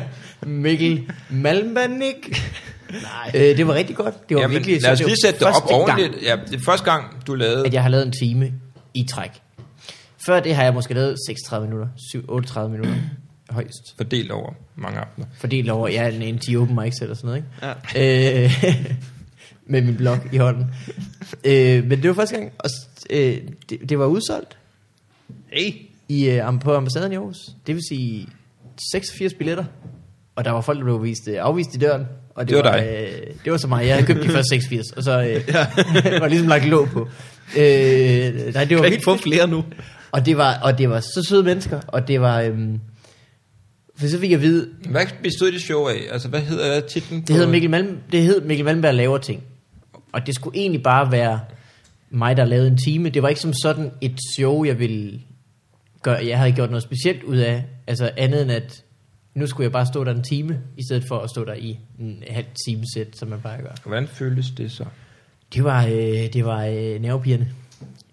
Mikkel Malmanik. Nej. Øh, det var rigtig godt. Det var Jamen, virkelig, lad os så var lige sætte det op første gang, ordentligt. Ja, det er første gang, du lavede... at jeg har lavet en time i træk. Før det har jeg måske lavet 36 minutter, 7, 38 minutter højst. Fordelt over mange aftener. Fordelt over, jeg er en, en 10 open mics eller sådan noget, ikke? Ja. Øh, med min blog i hånden. Øh, men det var første gang, og s- øh, det, det var udsolgt Hey. i, øh, am- på ambassaden i Aarhus. Det vil sige 86 billetter, og der var folk, der blev vist, øh, afvist i døren. Og det, Det var dig. Øh, det var så mig. Jeg havde købt de første 86, og så øh, var ligesom lagt låg på. Øh, nej, det var Kan vildt ikke få flere nu. og det var, og det var så søde mennesker, og det var... Øhm, for så fik jeg at vide, Hvad bestod det show af? Altså, hvad hedder hvad er titlen? det hedder Mikkel, Malm, det hed Mikkel Malmberg laver ting. Og det skulle egentlig bare være mig, der lavede en time. Det var ikke som sådan et show, jeg ville gøre. Jeg havde gjort noget specielt ud af, altså andet end at, nu skulle jeg bare stå der en time, i stedet for at stå der i en halv time sæt, som man bare gør. Hvordan føltes det så? Det var, øh, det var øh, nervepirrende.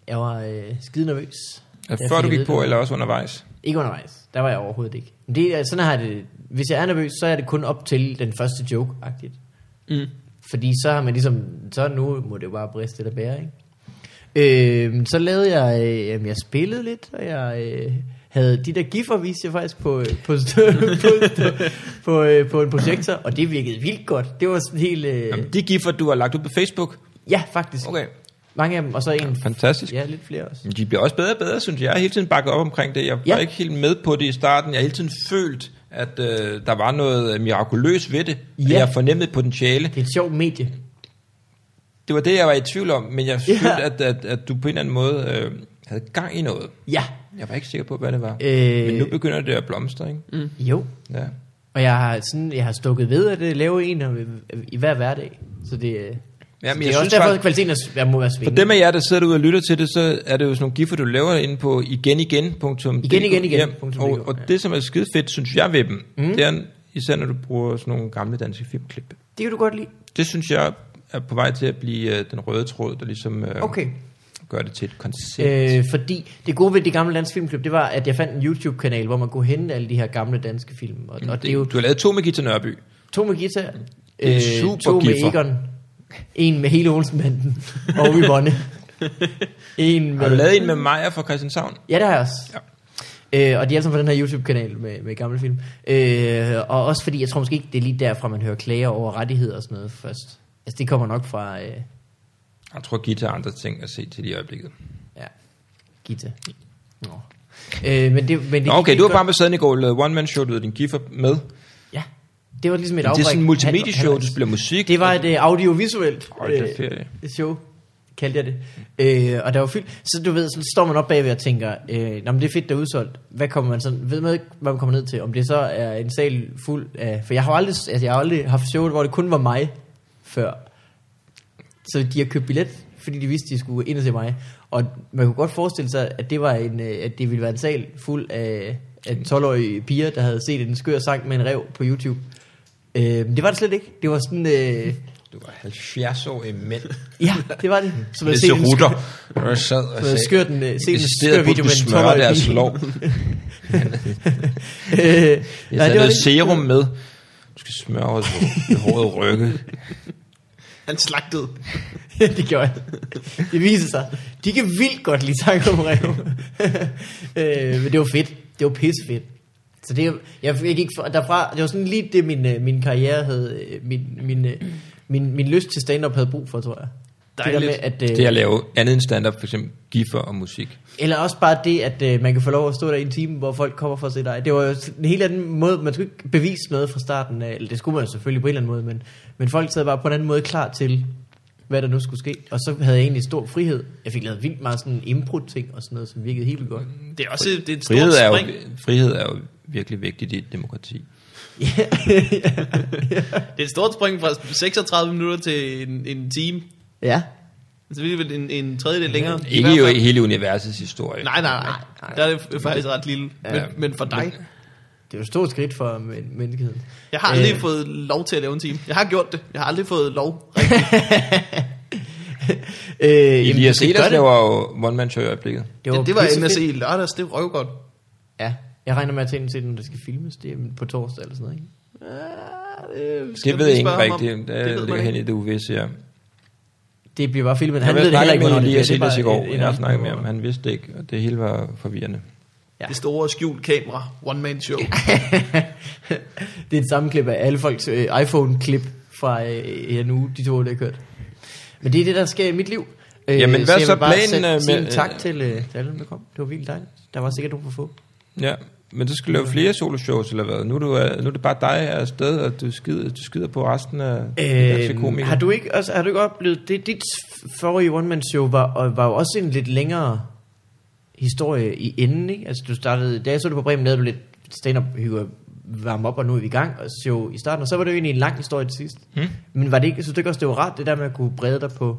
Jeg var øh, skide nervøs. Altså, Jeg før fik du at gik vide på, det. eller også undervejs? Ikke undervejs. Der var jeg overhovedet ikke. Men det, er- sådan har jeg det. Hvis jeg er nervøs, så er det kun op til den første joke-agtigt. Mm. Fordi så har man ligesom, så nu må det jo bare briste eller bære, ikke? Øhm, så lavede jeg, øh, jamen, jeg spillede lidt, og jeg øh, havde de der giffer, viste jeg faktisk på, øh, på, stø- på, stø- på, øh, på en projektor, og det virkede vildt godt. Det var sådan helt, øh, Jamen, de giffer, du har lagt ud på Facebook. ja faktisk, Okay, mange af dem, og så en, fantastisk. ja lidt flere også. Men De bliver også bedre og bedre, synes jeg. Jeg har hele tiden bakket op omkring det. Jeg var Ja. ikke helt med på det i starten. Jeg har hele tiden følt, at øh, der var noget mirakuløst ved det. Ja. Ja. Jeg fornemmede et potentiale. Det er et sjovt medie. det var det, jeg var i tvivl om, men jeg synes, ja. at, at, at du på en eller anden måde øh, havde gang i noget. Ja. Jeg var ikke sikker på, hvad det var. Øh, Men nu begynder det at blomstre, ikke? Mm. Jo. Ja. Og jeg har, sådan, jeg har stukket ved, at det laver en om- i hver hverdag. Så det, Jamen, så jeg det er synes også derfor, faktisk- at kvaliteten er, jeg må være For svingende. dem af jer, der sidder derude og lytter til det, så er det jo sådan nogle giffer, du laver inde på igenigen.dk. Igen, igen, igen. punktum og, dk, og ja. det, som er skide fedt, synes jeg ved dem, mm. det er især, når du bruger sådan nogle gamle danske filmklip. Det kan du godt lide. Det synes jeg er på vej til at blive øh, den røde tråd, der ligesom øh, Okay. gør det til et koncept. Øh, fordi det gode ved det gamle danske filmklub, det var, at jeg fandt en YouTube-kanal, hvor man kunne hente alle de her gamle danske film. Og, og det er jo Du har lavet to med Gita Nørby. to med guitar, Det er øh, super to med giffer. Egon, en med hele Olsenbanden og Uwe Bonne. en med... Har du lavet en med Maja fra Christianshavn? Ja, det har jeg også. Ja. Øh, og de er altså på den her YouTube-kanal med, med gamle film. Øh, og også fordi, jeg tror måske ikke, det er lige derfra, man hører klager over rettigheder og sådan noget først. Altså, det kommer nok fra, øh, Jeg tror, Gita har andre ting at se til lige i øjeblikket. ja, Gita. Nå. Øh, men det, men det Nå, gik okay, ikke du var godt. bare med sådan i går og lavede one-man-show, du havde din giffer med. Ja, det var ligesom et Det er afbræk. sådan et multimedieshow, du Halv- spiller musik. Det var et øh, audiovisuelt Hold da ferie. øh, show, kaldte jeg det. Øh, og der var fyldt. Så du ved, så står man op bagved og tænker, øh, Nå, men det er fedt, der er udsolgt. Hvad kommer man sådan, ved man ikke, hvad man kommer ned til? Om det så er en sal fuld af... For jeg har jo aldrig, altså, jeg har aldrig haft show, hvor det kun var mig før. Så de har købt billet, fordi de vidste, de skulle ind og se mig. Og man kunne godt forestille sig, at det, var en, øh, at det ville være en sal fuld af, af 12-årige piger, der havde set en skør sang med en rev på YouTube. Øh, men det var det slet ikke. Det var sådan... Øh, Du var 70 år i mænd. ja, det var det. Som Det at er se så en skør- rutter. Og jeg sad og som at skør den, øh, se en insisterede skør på, at video du med en smører 12-årig deres pige. lov. Øh, Jeg nej, det tager var noget det. serum med. Du skal smøre håret, håret rykke. Han slagtede. det gjorde jeg. Det viser sig. De kan vildt godt lide tanker om rev. øh, men det var fedt. Det var pissefedt. Så det, jeg, jeg gik fra, derfra, det var sådan lige det, min, øh, min karriere havde, øh, min, min, øh, min, min lyst til stand-up havde brug for, tror jeg. Dejligt. Det der med, at, øh, Det at lave andet end stand-up, for eksempel giffer og musik. Eller også bare det, at øh, man kan få lov at stå der i en time, hvor folk kommer for at se dig. Det var jo en helt anden måde, man skulle ikke bevise noget fra starten af, eller det skulle man jo selvfølgelig på en eller anden måde, men, men folk sad bare på en anden måde klar til, hvad der nu skulle ske. Og så havde jeg egentlig stor frihed. Jeg fik lavet vildt meget sådan impro-ting og sådan noget, som virkede helt vildt godt. Det er også et, det er et stort Frihed er, jo, spring. frihed er jo virkelig vigtigt i et demokrati. Ja, Det er et stort spring fra 36 minutter til en, en time. ja. Så vi er vel en, en tredjedel længere. I Ikke hvert jo fald. i hele universets historie. Nej, nej, nej. nej. Der er det f- faktisk ret lille. Ja. Men, men for dig. Det er jo et stort skridt for men- menneskeheden. Jeg har aldrig Øh. fået lov til at lave en time. Jeg har gjort det. Jeg har aldrig fået lov. Øh, jamen, Elias det gør Ehlers det. laver jo One Man Show i øjeblikket. Det, det var E. pissefedt. NSE i lørdags. Det var jo godt. Ja, jeg regner med at tage ind til den, der skal filmes. Det er på torsdag eller sådan noget, ikke? Det ved jeg ikke rigtigt. Det, det Det ved ligger man hen i ikke. det uvisse, ja. Det bliver bare filmet. Han Han ved det heller ikke, med hvornår det bliver. Elias Det er Ehlers i bare går. en- en Jeg har aften, snakket med hvor- ham. Han vidste det ikke, og det hele var forvirrende. Ja. Det store skjult kamera. One man show. det er et sammenklip af alle folks øh, iPhone-klip fra øh, ja, nu, de to, der har kørt. Men det er det, der sker i mit liv. Øh, Jamen, hvad jeg så vil bare planen, sætte- øh, sige med- en tak til, øh, til alle, dem, der kom. Det var virkelig dejligt. Der var sikkert nogen for få. Ja, men så skal du lave flere soloshows, eller hvad? Nu er, du, øh, nu er det bare dig her afsted, og du skider, du skider på resten af altså øh, komikere. Øhm, har du ikke også, har du ikke oplevet det? Dit forrige one-man-show var, og var jo også en lidt længere historie i enden, ikke? Altså, du startede, da jeg så det på Bremen, lavede du lidt stand-up, hygge varme op, og nu er vi i gang, og show i starten, og så var det jo egentlig en lang historie til sidst. Hmm. Men var det ikke, synes du ikke også, det var rart, det der med at kunne brede dig på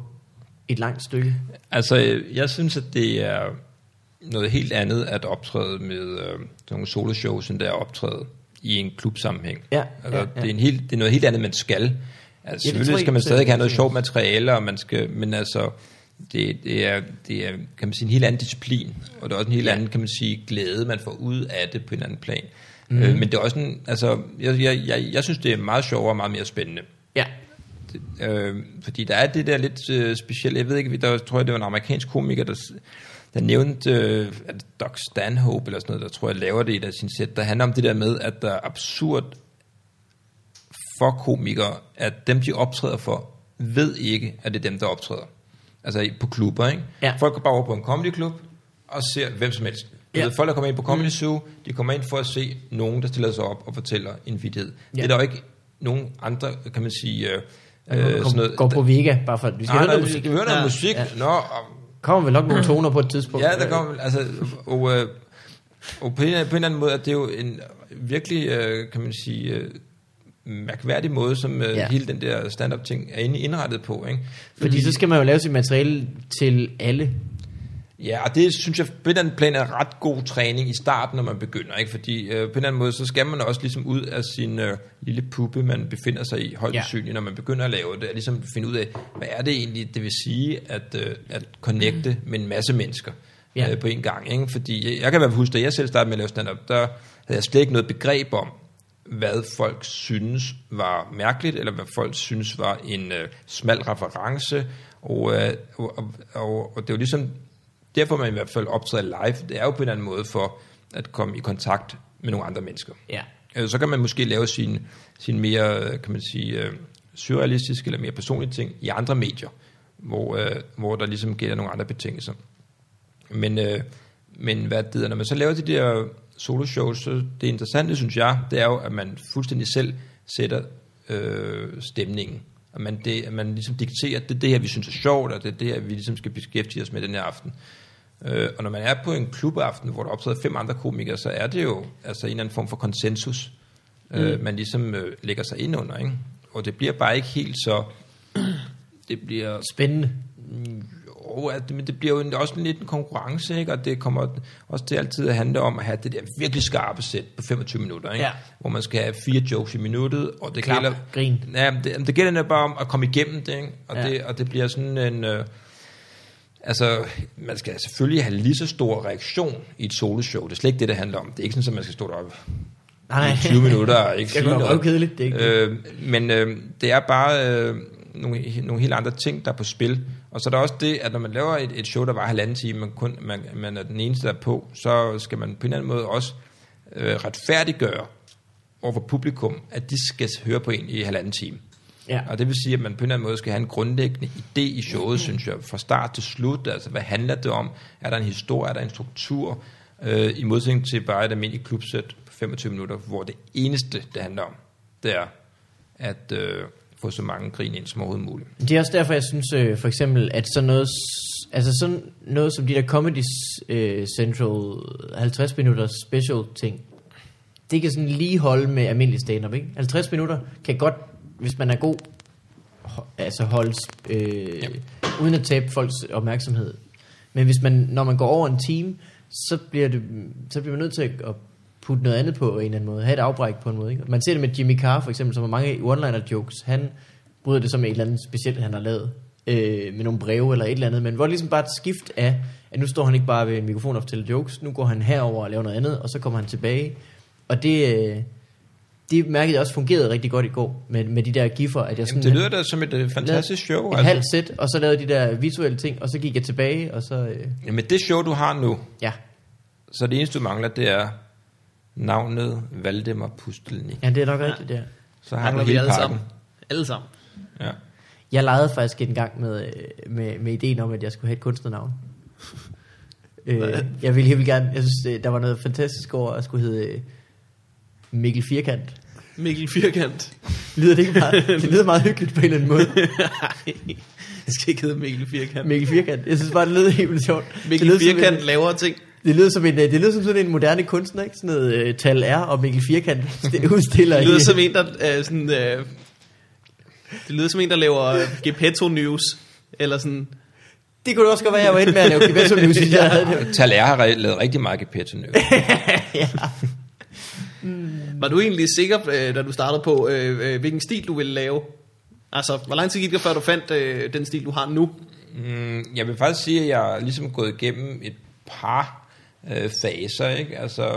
et langt stykke? Altså, øh, jeg synes, at det er noget helt andet at optræde med øh, sådan nogle soloshows, end det er at optræde i en klubsammenhæng. Ja, altså, ja, ja. Det, er en helt, det er noget helt andet, man skal. Altså, Ja, ja, det tror selvfølgelig jeg skal man ikke, stadig det er have noget det, sjovt materiale, og man skal, men altså, det, det, er, det er, kan man sige, en helt anden disciplin, og det er også en helt anden, kan man sige, glæde, man får ud af det på en anden plan. Mhm. Mm. Øh, men det er også en, altså, jeg, jeg, jeg, jeg synes, det er meget sjovere og meget mere spændende. Ja. Det- Øh, fordi der er det der lidt øh, specielle, jeg ved ikke, der tror jeg, det var en amerikansk komiker, der, s- der nævnte, øh, er det Doc Stanhope eller sådan noget, der tror jeg laver det i der sin sæt, der handler om det der med, at der er absurd for komikere, at dem de optræder for, ved ikke, at det er dem, der optræder. Altså i- på klubber, ikke? Ja. Folk går bare over på en comedyklub og ser hvem som helst. Du Ja. Mm. ved, folk, der kommer ind på Comedy Zoo, de kommer ind for at se nogen, der stiller sig op og fortæller en vidtighed. Ja. Ja. Det er der jo ikke nogen andre, kan man sige, øh, Øh, sådan noget. Går på Vega, bare for at vi skal Nej, høre nej, noget vi skal musik. høre noget Ja. musik. Ja. Nå, og, Kommer vel nok nogle toner på et tidspunkt. ja, der kommer, altså, og, øh, og på, en, på en eller anden måde, at det er jo en virkelig, øh, kan man sige, øh, mærkværdig måde, som øh, Ja. Mm. ja. hele den der stand-up-ting er inde- indrettet på, ikke? Fordi så skal man jo lave sit materiale til alle. Ja, og det synes jeg på en eller anden plan er ret god træning i starten, når man begynder, ikke? Fordi øh, på en eller anden måde, så skal man også ligesom ud af sin øh, lille puppe, man befinder sig i, højt Ja. ja. synlig, når man begynder at lave det, og ligesom finde ud af, hvad er det egentlig, det vil sige, at, øh, at connecte med en masse mennesker Ja. ja. øh, på en gang, ikke? Fordi jeg, jeg kan i hvert fald huske, da jeg selv startede med at lave stand-up, der havde jeg slet ikke noget begreb om, hvad folk synes var mærkeligt, eller hvad folk synes var en øh, smal reference, og, øh, og, og, og, og det er jo ligesom derfor man i hvert fald optræder live, det er jo på en eller anden måde for at komme i kontakt med nogle andre mennesker. Ja. Øh, Så kan man måske lave sine sin mere, øh, kan man sige, øh, surrealistiske eller mere personlige ting i andre medier, hvor, øh, hvor der ligesom gælder nogle andre betingelser. Men, øh, men hvad det hedder, når man så laver de der soloshows, så det interessante, synes jeg, det er jo, at man fuldstændig selv sætter øh, stemningen. Og man, det, at man ligesom dikterer, det er det her, vi synes er sjovt, og det er det her, vi ligesom skal beskæftige os med den her aften. Øh, og når man er på en klubaften, hvor der optræder fem andre komikere, så er det jo altså en eller anden form for konsensus, øh, man ligesom øh, lægger sig ind under. Ikke? Og det bliver bare ikke helt så... Det bliver Spændende. jo, at, men det bliver jo en- også en lidt en konkurrence, ikke? og det kommer også til altid at handle om at have det der virkelig skarpe sæt på 25 minutter, ikke? Ja. hvor man skal have fire jokes i minuttet, og det Klap, gælder... grin. Ja, men det, men det gælder netop bare om at komme igennem det, ikke? Og, Ja. ja. det, og det bliver sådan en... Øh, altså, man skal selvfølgelig have lige så stor reaktion i et soloshow. Det er slet ikke det, det handler om. Det er ikke sådan, at man skal stå deroppe Nej, i 20 minutter og ikke Det kan sige være noget. røvkedeligt, det er ikke øh, Men øh, det er bare øh, nogle, nogle helt andre ting, der er på spil. Og så er der også det, at når man laver et, et show, der var halvanden time, man, kun, man, man er den eneste, der er på, så skal man på en eller anden måde også øh, retfærdiggøre overfor publikum, at de skal høre på en i halvanden time. Ja. Og det vil sige, at man på en eller anden måde skal have en grundlæggende idé i showet, synes jeg, fra start til slut. Altså, hvad handler det om? Er der en historie? Er der en struktur? Øh, I modsætning til bare et almindeligt klubsæt på 25 minutter, hvor det eneste, det handler om, det er at øh, få så mange grin ind som overhovedet muligt. Det er også derfor, jeg synes øh, for eksempel, at sådan noget, s- altså sådan noget som de der Comedy øh, Central 50 minutters special ting, det kan sådan lige holde med almindelig stand-up, ikke? 50 minutter kan godt, hvis man er god, ho- altså holde, øh, uden at tabe folks opmærksomhed. Men hvis man, når man går over en time, så bliver, det, så bliver man nødt til at putte noget andet på en eller anden måde. Have et afbræk på en måde. Ikke? Man ser det med Jimmy Carr for eksempel, som har mange one-liner jokes. Han bryder det som et eller andet specielt, han har lavet øh, med nogle breve eller et eller andet. Men hvor det ligesom bare et skift af, at nu står han ikke bare ved en mikrofon og fortæller jokes. Nu går han herover og laver noget andet, og så kommer han tilbage. Og det, øh, det mærkede jeg også fungerede rigtig godt i går med, med de der giffer. At jeg sådan, Jamen, det lyder da som et øh, fantastisk show. et altså. halvt sæt, og så lavede de der visuelle ting, og så gik jeg tilbage, og så... Øh, Jamen, det show, du har nu, ja. så det eneste, du mangler, det er navnet Valdemar Pustelnik. ja, det er nok rigtigt, der. Så har Mangler du vi hele alle pakken. sammen. Alle sammen. Ja. Jeg legede faktisk en gang med, øh, med, med ideen om, at jeg skulle have et kunstnernavn. øh, jeg ville helt vildt gerne... Jeg synes, øh, der var noget fantastisk over at skulle hedde øh, Mikkel Firkant. Mikkel Firkant. Lyder det ikke meget? det lyder meget hyggeligt på en eller anden måde. Nej, det skal ikke hedde Mikkel Firkant. Mikkel Firkant. Jeg synes bare, det lyder helt vildt sjovt. Det lyder Mikkel som en- Firkant laver ting. Det lyder som, en, øh, det lyder som sådan en moderne kunstner, ikke? Sådan noget øh, Tal R og Mikkel Firkant st- udstiller. Det lyder i- som en, der øh, sådan... Øh, det lyder som en, der laver øh, Gepetto News. Eller sådan... Det kunne det også godt være, jeg var inde med at lave Gepetto News, hvis jeg havde det. Taler har re- lavet rigtig meget Gepetto nu. Var du egentlig sikker, øh, da du startede på, øh, øh, hvilken stil du ville lave? Altså, hvor lang tid gik det, før du fandt øh, den stil, du har nu? Mm, jeg vil faktisk sige, at jeg er ligesom gået igennem et par øh, faser, ikke? Altså,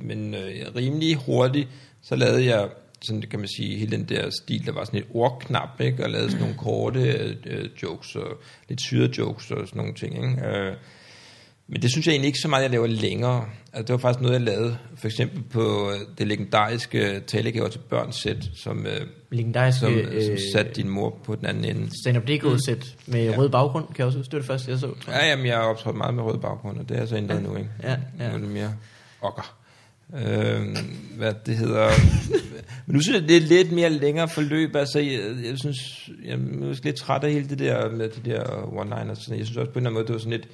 men øh, rimelig hurtigt, så lavede jeg sådan kan man sige, hele den der stil, der var sådan et ordknap, ikke? og lavede sådan nogle korte øh, øh, jokes, og lidt syrede jokes og sådan nogle ting. Ikke? Øh, men det synes jeg egentlig ikke så meget, jeg laver længere. Altså, det var faktisk noget, jeg lavede, for eksempel på øh, det legendariske talegaver til børn-sæt, som, øh, Legendariske som, øh, som Mm. øh, satte din mor på den anden ende. stand-up DK-sæt med ja. rød baggrund, kan jeg også huske. Det var det første, jeg så. Ja, jamen, jeg har optrådt meget med rød baggrund, og det er så ændret ja. nu, ikke? Ja, ja. Nu er det mere okker. Øh, hvad det hedder. Men nu synes jeg, det er lidt mere længere forløb. Altså, jeg, jeg synes, jeg er måske lidt træt af hele det der med de der one-liners. Jeg synes også på en eller anden måde, det var sådan lidt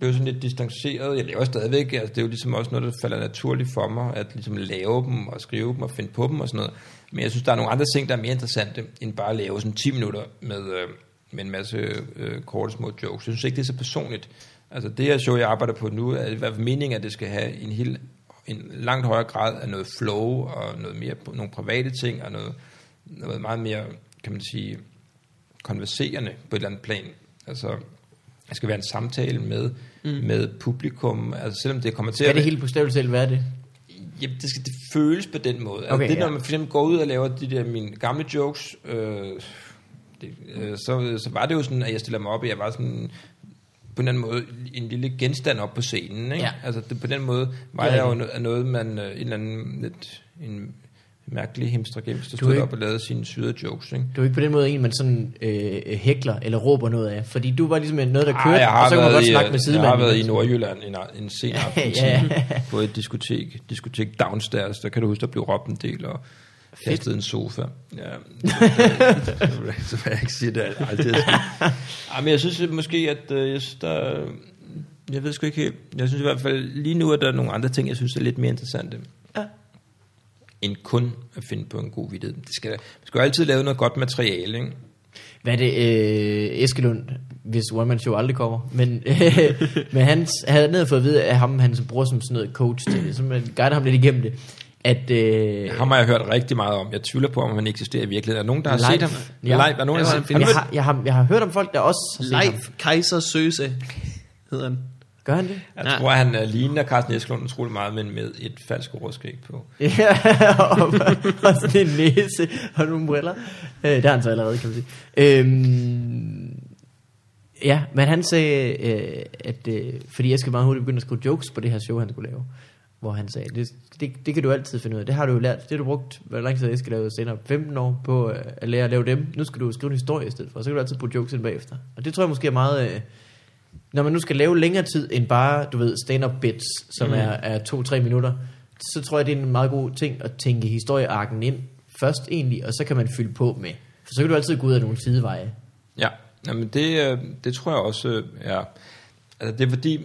det var sådan lidt distanceret. Jeg laver stadigvæk, altså det er jo ligesom også noget, der falder naturligt for mig, at ligesom lave dem og skrive dem og finde på dem og sådan noget. Men jeg synes, der er nogle andre ting, der er mere interessante, end bare at lave sådan 10 minutter med, øh, med en masse øh, korte små jokes. Jeg synes ikke, det er så personligt. Altså det her show, jeg arbejder på nu, er i hvert fald meningen, at det skal have en, helt, en langt højere grad af noget flow og noget mere, nogle private ting og noget, noget meget mere, kan man sige, konverserende på et eller andet plan. Altså, det skal være en samtale med, mm. med publikum, altså selvom det kommer til Hvad er det at... helt bestemt selv? Hvad er det? Jamen, det skal det føles på den måde. Altså, Okay, okay, det er, når ja. man for eksempel går ud og laver de der mine gamle jokes, øh, det, øh, så, så var det jo sådan, at jeg stiller mig op, og jeg var sådan på en eller anden måde en lille genstand op på scenen. Ikke? Ja. Altså det, på den måde var Det er jeg jo rigtigt. noget, noget man øh, en eller anden lidt, en mærkelig hemstregems, Du er der stod ikke- op og lavede sine syrede jokes. Ikke? Du er ikke på den måde en, man sådan øh, hækler eller råber noget af. Fordi du var ligesom noget, der kørte, Ej, jeg har og så kunne man været godt i, øh, snakke med Jeg har sidemanden. været i Nordjylland en, en sen aften Ja. ja. på et diskotek, diskotek downstairs. Der kan du huske, der blev råbt en del og kastet en sofa. Ja, så vil jeg ikke sige det. Ej, det er sådan- Ej, men jeg synes at måske, at øh, jeg synes, der... Jeg ved sgu ikke helt. Jeg synes i hvert fald, lige nu er der nogle andre ting, jeg synes er lidt mere interessante. Ja. End kun at finde på en god vidtighed. Det skal, man skal jo altid lave noget godt materiale, ikke? Hvad er det, øh, Eskelund, hvis One Man Show aldrig kommer, men, øh, men han s- havde ned fået at vide af ham, han som bror som sådan noget coach til det, så man guider ham lidt igennem det, at øh, Ham har jeg hørt rigtig meget om. Jeg tvivler på, om han eksisterer i virkeligheden. Er der nogen, der har Leif. set ham? Ja. Ja. Leif, er der nogen, der har Ja, set jeg, ham? har, jeg, har, jeg har hørt om folk, der også har set ham. Leif Kaiser Søse hedder han. Gør han det? Jeg tror, han øh, ligner Carsten Eskelund utrolig meget, men med et falsk ordskæg på. Ja, og, og sådan en næse og nogle briller. Øh, det har han så allerede, kan man sige. Øhm, ja, men han sagde, øh, at øh, fordi jeg skal meget hurtigt begynde at skrive jokes på det her show, han skulle lave. Hvor han sagde, det, det, det kan du altid finde ud af. Det har du jo lært. Det har du brugt, hvor lang tid jeg skal lave senere. 15 år på øh, at lære at lave dem. Nu skal du skrive en historie i stedet for. Så kan du altid putte jokes ind bagefter. Og det tror jeg måske er meget... Øh, når man nu skal lave længere tid end bare, du ved, stand-up bits, som mm. er, er to-tre minutter, så tror jeg, det er en meget god ting at tænke historiearken ind først egentlig, og så kan man fylde på med. For så kan du altid gå ud af nogle sideveje. Ja, Jamen, det, øh, det tror jeg også øh, er... Altså, det er fordi,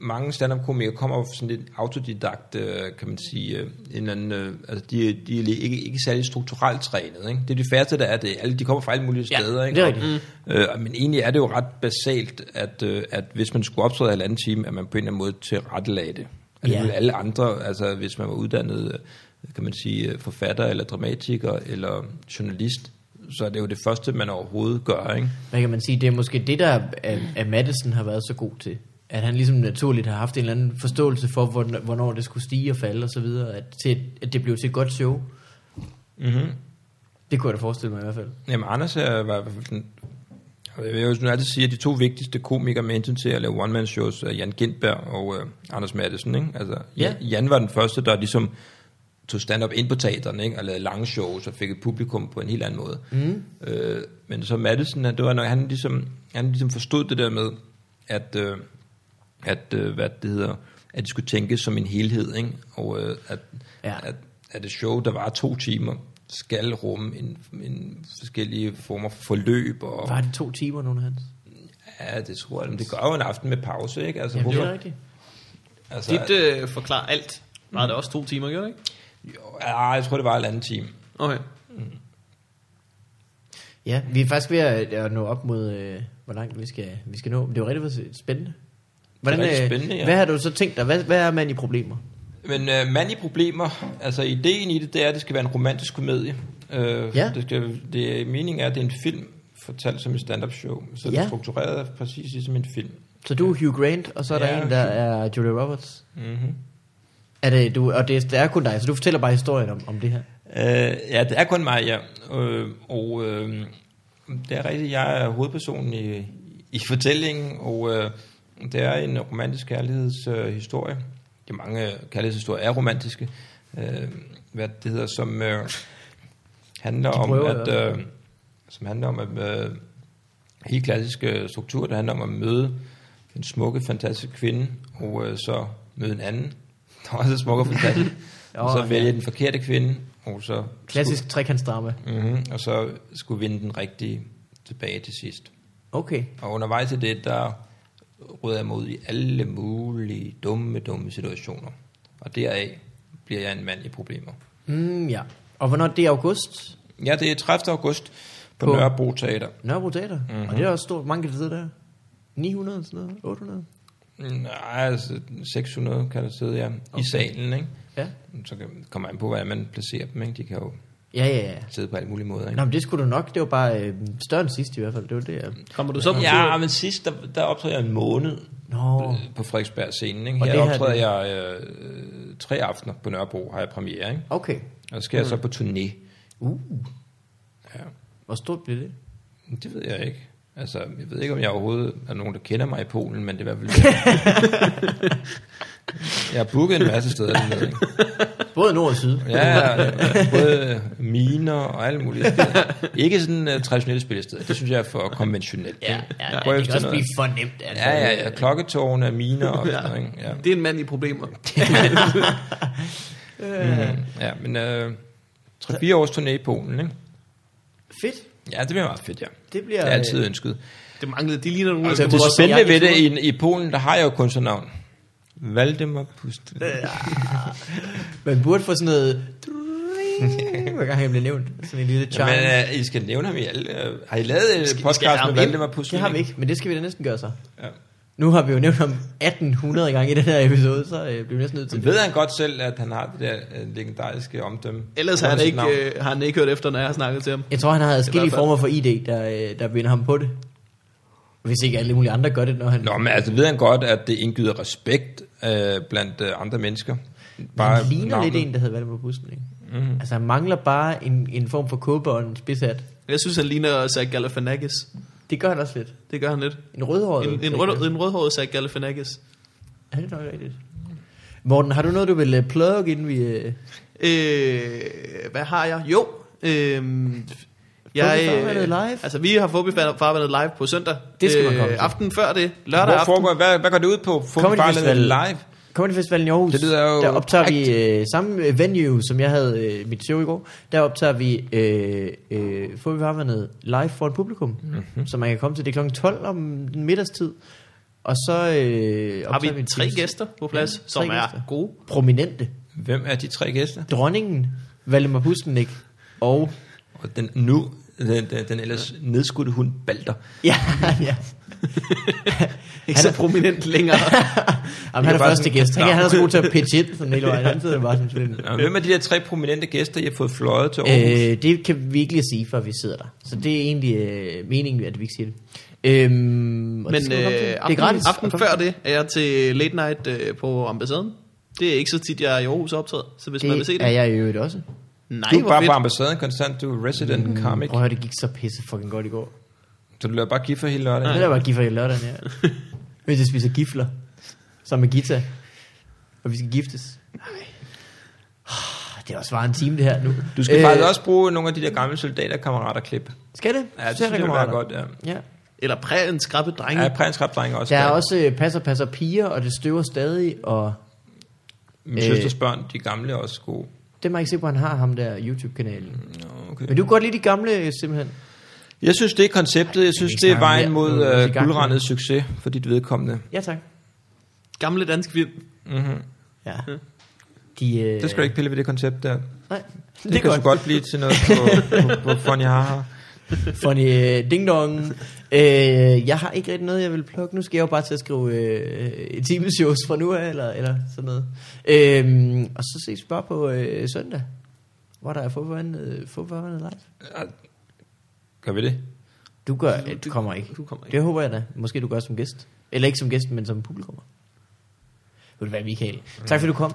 mange stand-up-komikere kommer fra sådan lidt autodidakt, øh, kan man sige. øh, En eller anden, øh, altså, de, de er lige- ikke, ikke særlig strukturelt trænet. Ikke? Det er de færreste, der er det. Alle, de kommer fra alle mulige Ja, steder. det ikke? er Og- rigtigt. Øh, men egentlig er det jo ret basalt, at, øh, at hvis man skulle optræde i halvanden time, at man på en eller anden måde tilrettelagde det. Altså, Ja. yeah. alle andre, altså hvis man var uddannet, øh, kan man sige, øh, forfatter eller dramatiker eller journalist, så er det jo det første, man overhovedet gør, ikke? Hvad kan man sige? Det er måske det, der at, at Madison har været så god til. At han ligesom naturligt har haft en eller anden forståelse for, hvorn- hvornår det skulle stige og falde og så videre, at, til, at det blev til et godt show. Mm-hmm. Det kunne jeg da forestille mig i hvert fald. Jamen, Anders er, var i hvert fald den, jeg vil jo sådan altid sige, at de to vigtigste komikere med hensyn til at lave one-man-shows er Jan Gindberg og øh, Anders Madsen, ikke? Altså, Ja. ja. Jan var den første, der ligesom tog stand-up ind på teaterne, ikke? Og lavede lange shows og fik et publikum på en helt anden måde. Mm. Øh, men så Madsen, det var nok, han ligesom, han ligesom forstod det der med, at, øh, at øh, hvad det hedder, at det skulle tænkes som en helhed, ikke? Og øh, at, Ja. ja. at, at et show, der var to timer, skal rumme en, en forskellige former for forløb. Og, Var det to timer, nogen af hans? ja, det tror jeg. Men det gør jo en aften med pause, ikke? Altså, Jamen, det er rigtigt. altså, Dit øh, forklarer alt. Var det også to timer, gjorde det ikke? jo, ja, jeg tror, det var en anden time. Okay. Ja, vi er faktisk ved at, at nå op mod, øh, hvor langt vi skal, vi skal nå. Men det var rigtig for- spændende. Hvordan, rigtig øh, spændende, ja. Hvad har du så tænkt dig? Hvad, hvad er man i problemer? Men øh, mand i problemer, altså ideen i det, det er, at det skal være en romantisk komedie. Øh, Ja. det skal, det, meningen er, at det er en film fortalt som et stand-up show. Så ja. det Ja. er struktureret præcis ligesom en film. Så du er Hugh Grant, og så er der Ja, en, der er Julia Roberts. Mm-hmm. Er det, du, og det, er- det er kun dig, så du fortæller bare historien om, om det her. Øh, ja, det er kun mig, ja. Øh, og øh, det er rigtigt, jeg er hovedpersonen i, i fortællingen, og øh, det er en romantisk kærlighedshistorie. Øh, historie. de mange øh, kærlighedshistorier er romantiske. Øh, hvad det hedder, som øh, handler De om, prøver i at... hvert fald. Øh, som handler om, at øh, helt klassisk øh, struktur, der handler om at møde den smukke, fantastiske kvinde, og øh, så møde en anden Der var så smuk og fantastisk. og så Åh, vælge ja. den forkerte kvinde, og så, Klassisk trekantsdrama. skulle, mm-hmm, og så skulle vinde den rigtige tilbage til sidst. Okay. Og undervejs til det, der rød jeg mig ud i alle mulige dumme, dumme situationer. Og deraf bliver jeg en mand i problemer. Mm, ja. Og hvornår det er august? Ja, det er 30. august på, På- på. Nørrebro Teater. Nørrebro Teater. Mhm. Mm-hmm. Og det er også stort. Mange kan sidde der. 900, sådan noget. 800. Nej, altså 600 kan der sidde, ja. Okay. I salen, ikke? Ja. Så kan- kommer an på, hvordan man placerer dem, ikke? De kan jo Ja, ja, ja. sidde på alle mulige måder, ikke? Nå, men det skulle du nok. Det var bare øh, større end sidst i hvert fald. Det var det, jeg... Kommer du så på tur? Ja, men sidst, der, der optræder jeg en måned Nå. øh, på Frederiksberg scenen, ikke? Og Her det her, optræder jeg øh, øh, tre aftener på Nørrebro, har jeg premiere, ikke? Okay. Og så skal jeg Mm. så på turné. Uh. Ja. Hvor stort blev det? Det ved jeg ikke. Altså, jeg ved ikke, om jeg overhovedet er nogen, der kender mig i Polen, men det er i hvert fald... jeg har booket en masse steder. dernede, ikke? Både nord og syd. Ja, ja, både miner og alle mulige steder. Ikke sådan uh, traditionelle spillesteder. Det synes jeg er for konventionelt. Ja, ikke? ja, Prøv ja det efter kan også noget. blive for nemt. Altså. Ja, ja, ja. Klokketårne er miner og sådan noget. ikke? Øh, Ja, Det er en mand i problemer. mm, ja men øh, 3-4 års turné i Polen, ikke? Fedt. Ja, det bliver meget fedt, ja. Det Det bliver... er altid ønsket. Det manglede, de ligner nogen, der Altså, skal det bruge spændende jeg ved det, kan i, i Polen, der har jeg jo kunstnernavn. Valdemar Øh, Pustelnik. Man burde få sådan noget... Hver gang jeg bliver nævnt. Sådan en lille charm. Men uh, I skal nævne ham i alle. øh, har I lavet en podcast med Jamen, Valdemar det, Pustelnik? det har vi ikke, men det skal vi da næsten gøre så. Ja. Nu har vi jo nævnt ham 1800 gange i den her episode, så øh, bliver vi næsten nødt til Men det. ved han godt selv, at han har det der øh, legendariske omdømme? Ellers har Under han, sit ikke, navn. øh, har han ikke hørt efter, når jeg har snakket til ham. Jeg tror, han har i adskillige hvert fald- former for ID, der, øh, der binder ham på det. Hvis ikke alle mulige andre gør det, når han... Nå, men altså ved han godt, at det indgyder respekt øh, blandt øh, andre mennesker? han ligner lidt en, der hedder Valdemar Bussen, ikke? Mhm. Mm-hmm. Altså, han mangler bare en, en form for kåbe og en spidshat. Jeg synes, han ligner Zach Galifianakis. Det gør han også lidt. Det gør han lidt. En rødhåret. En, en, rød, en rødhåret Zach Galifianakis. Ja, det er nok rigtigt. Morten, har du noget, du vil øh, plugge, inden vi... Øh... Øh, hvad har jeg? Jo. Øh, Farvandet live. Altså, vi har Fobi Farvandet live på søndag. Øh, Det skal man komme til. Aften før det. Lørdag Hvor aften. foregår, hvad, hvad går det ud på? Får Comedy vi bare lavet Festival. live? Comedy Festivalen i Aarhus, Det lyder jo der optager vi frækt. øh, samme øh, venue, som jeg havde øh, mit show i går. Der optager vi øh, øh, Får vi farvandet live for et publikum, mm-hmm. Mhm. så man kan komme til det er kl. 12 om den middagstid. Og så øh, Har optager vi en tre times- gæster på plads, tre som er gæster. gode. Prominente. Hvem er de tre gæster? Dronningen, Valdemar Puslenik og... Og den nu, den, den, den ellers nedskudte hund Balder. Ja, ja. Ikke Han så er- prominent længere. Jamen, han er bare første sådan- gæst. Han, Nå. han er så god til at pitche ind, sådan hele vejen. Han sidder bare som sådan. Og hvem er de der tre prominente gæster, I har fået fløjet til Aarhus? Øh, Øh, det kan vi ikke lige sige, før vi sidder der. Så det er egentlig øh, meningen, at vi ikke siger det. Øhm, og det Men skal man komme til. øh, det er aften, gratis. aften før det er jeg til late night øh, på ambassaden. Det er ikke så tit, jeg er i Aarhus optaget, så hvis man vil se det det. er jeg i øvrigt også. Nej, du er hvor bare fedt. på ambassaden konstant, du er resident mm, comic. Prøv at høre, det gik så pisse fucking godt i går. Så du laver bare gifter hele lørdagen. Det der var gifler i lørdagen, ja. Hvis jeg spiser gifler, sammen med Gita, og vi skal giftes. Nej. Det er også bare en time, det her nu. Du skal øh, faktisk også bruge nogle af de der gamle soldaterkammerater-klip. Skal det? Ja, det Ser synes jeg, det kammerater. være godt, ja. Ja. Eller præ en skrabbe drenge. Ja, prins Krabdrenge også. Der er godt. også øh, passer, passer piger, og det støver stadig, og Min øh, øh, søsters børn, de gamle, er også gode. det må jeg ikke se på, han har ham der YouTube-kanalen. Nå, okay. Men du kan godt lide de gamle, øh, simpelthen. Jeg synes, det er konceptet. Jeg synes, vi det er snakke vejen mere? mod Nu er vi i øh, gang. guldrendet succes for dit vedkommende. Ja, tak. Gamle danske film. Ja. De, øh... Hm. Det skal du ikke pille ved det koncept der. Det, Nej, det, det kan godt. godt blive til noget på, på, på Fonny Haha. Funny øh, ding dong. Øh, jeg har ikke rigtig noget, jeg vil plukke. Nu skal jeg jo bare til at skrive øh, et timeshows fra nu af, eller, eller sådan noget. Øh, og så ses vi bare på øh, søndag, hvor der er forvandet live. Gør vi det? Du gør, øh, du kommer ikke. du kommer ikke. Det håber jeg da. Måske du gør som gæst. Eller ikke som gæst, men som publikummer. Vil du være Michael? Tak fordi du kom.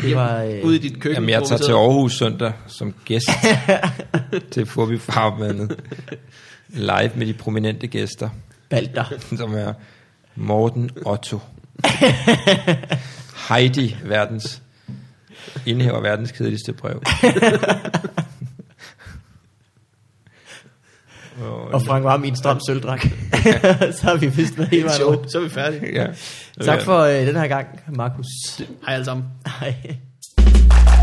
Det var... Øh, Ude i dit køkken. Jamen, jeg hvor vi tager til sidder. Aarhus søndag som gæst til Forbi Farvandet. Live med de prominente gæster, Balder. som er Morten Otto. Heidi, verdens indhæver verdens kedeligste brev. Og, og Frank var min stram sølvdrak. så har vi vist med hele vejen rundt. Så er vi færdige. Ja. Tak for øh, den her gang, Markus. Hej alle sammen. Hej.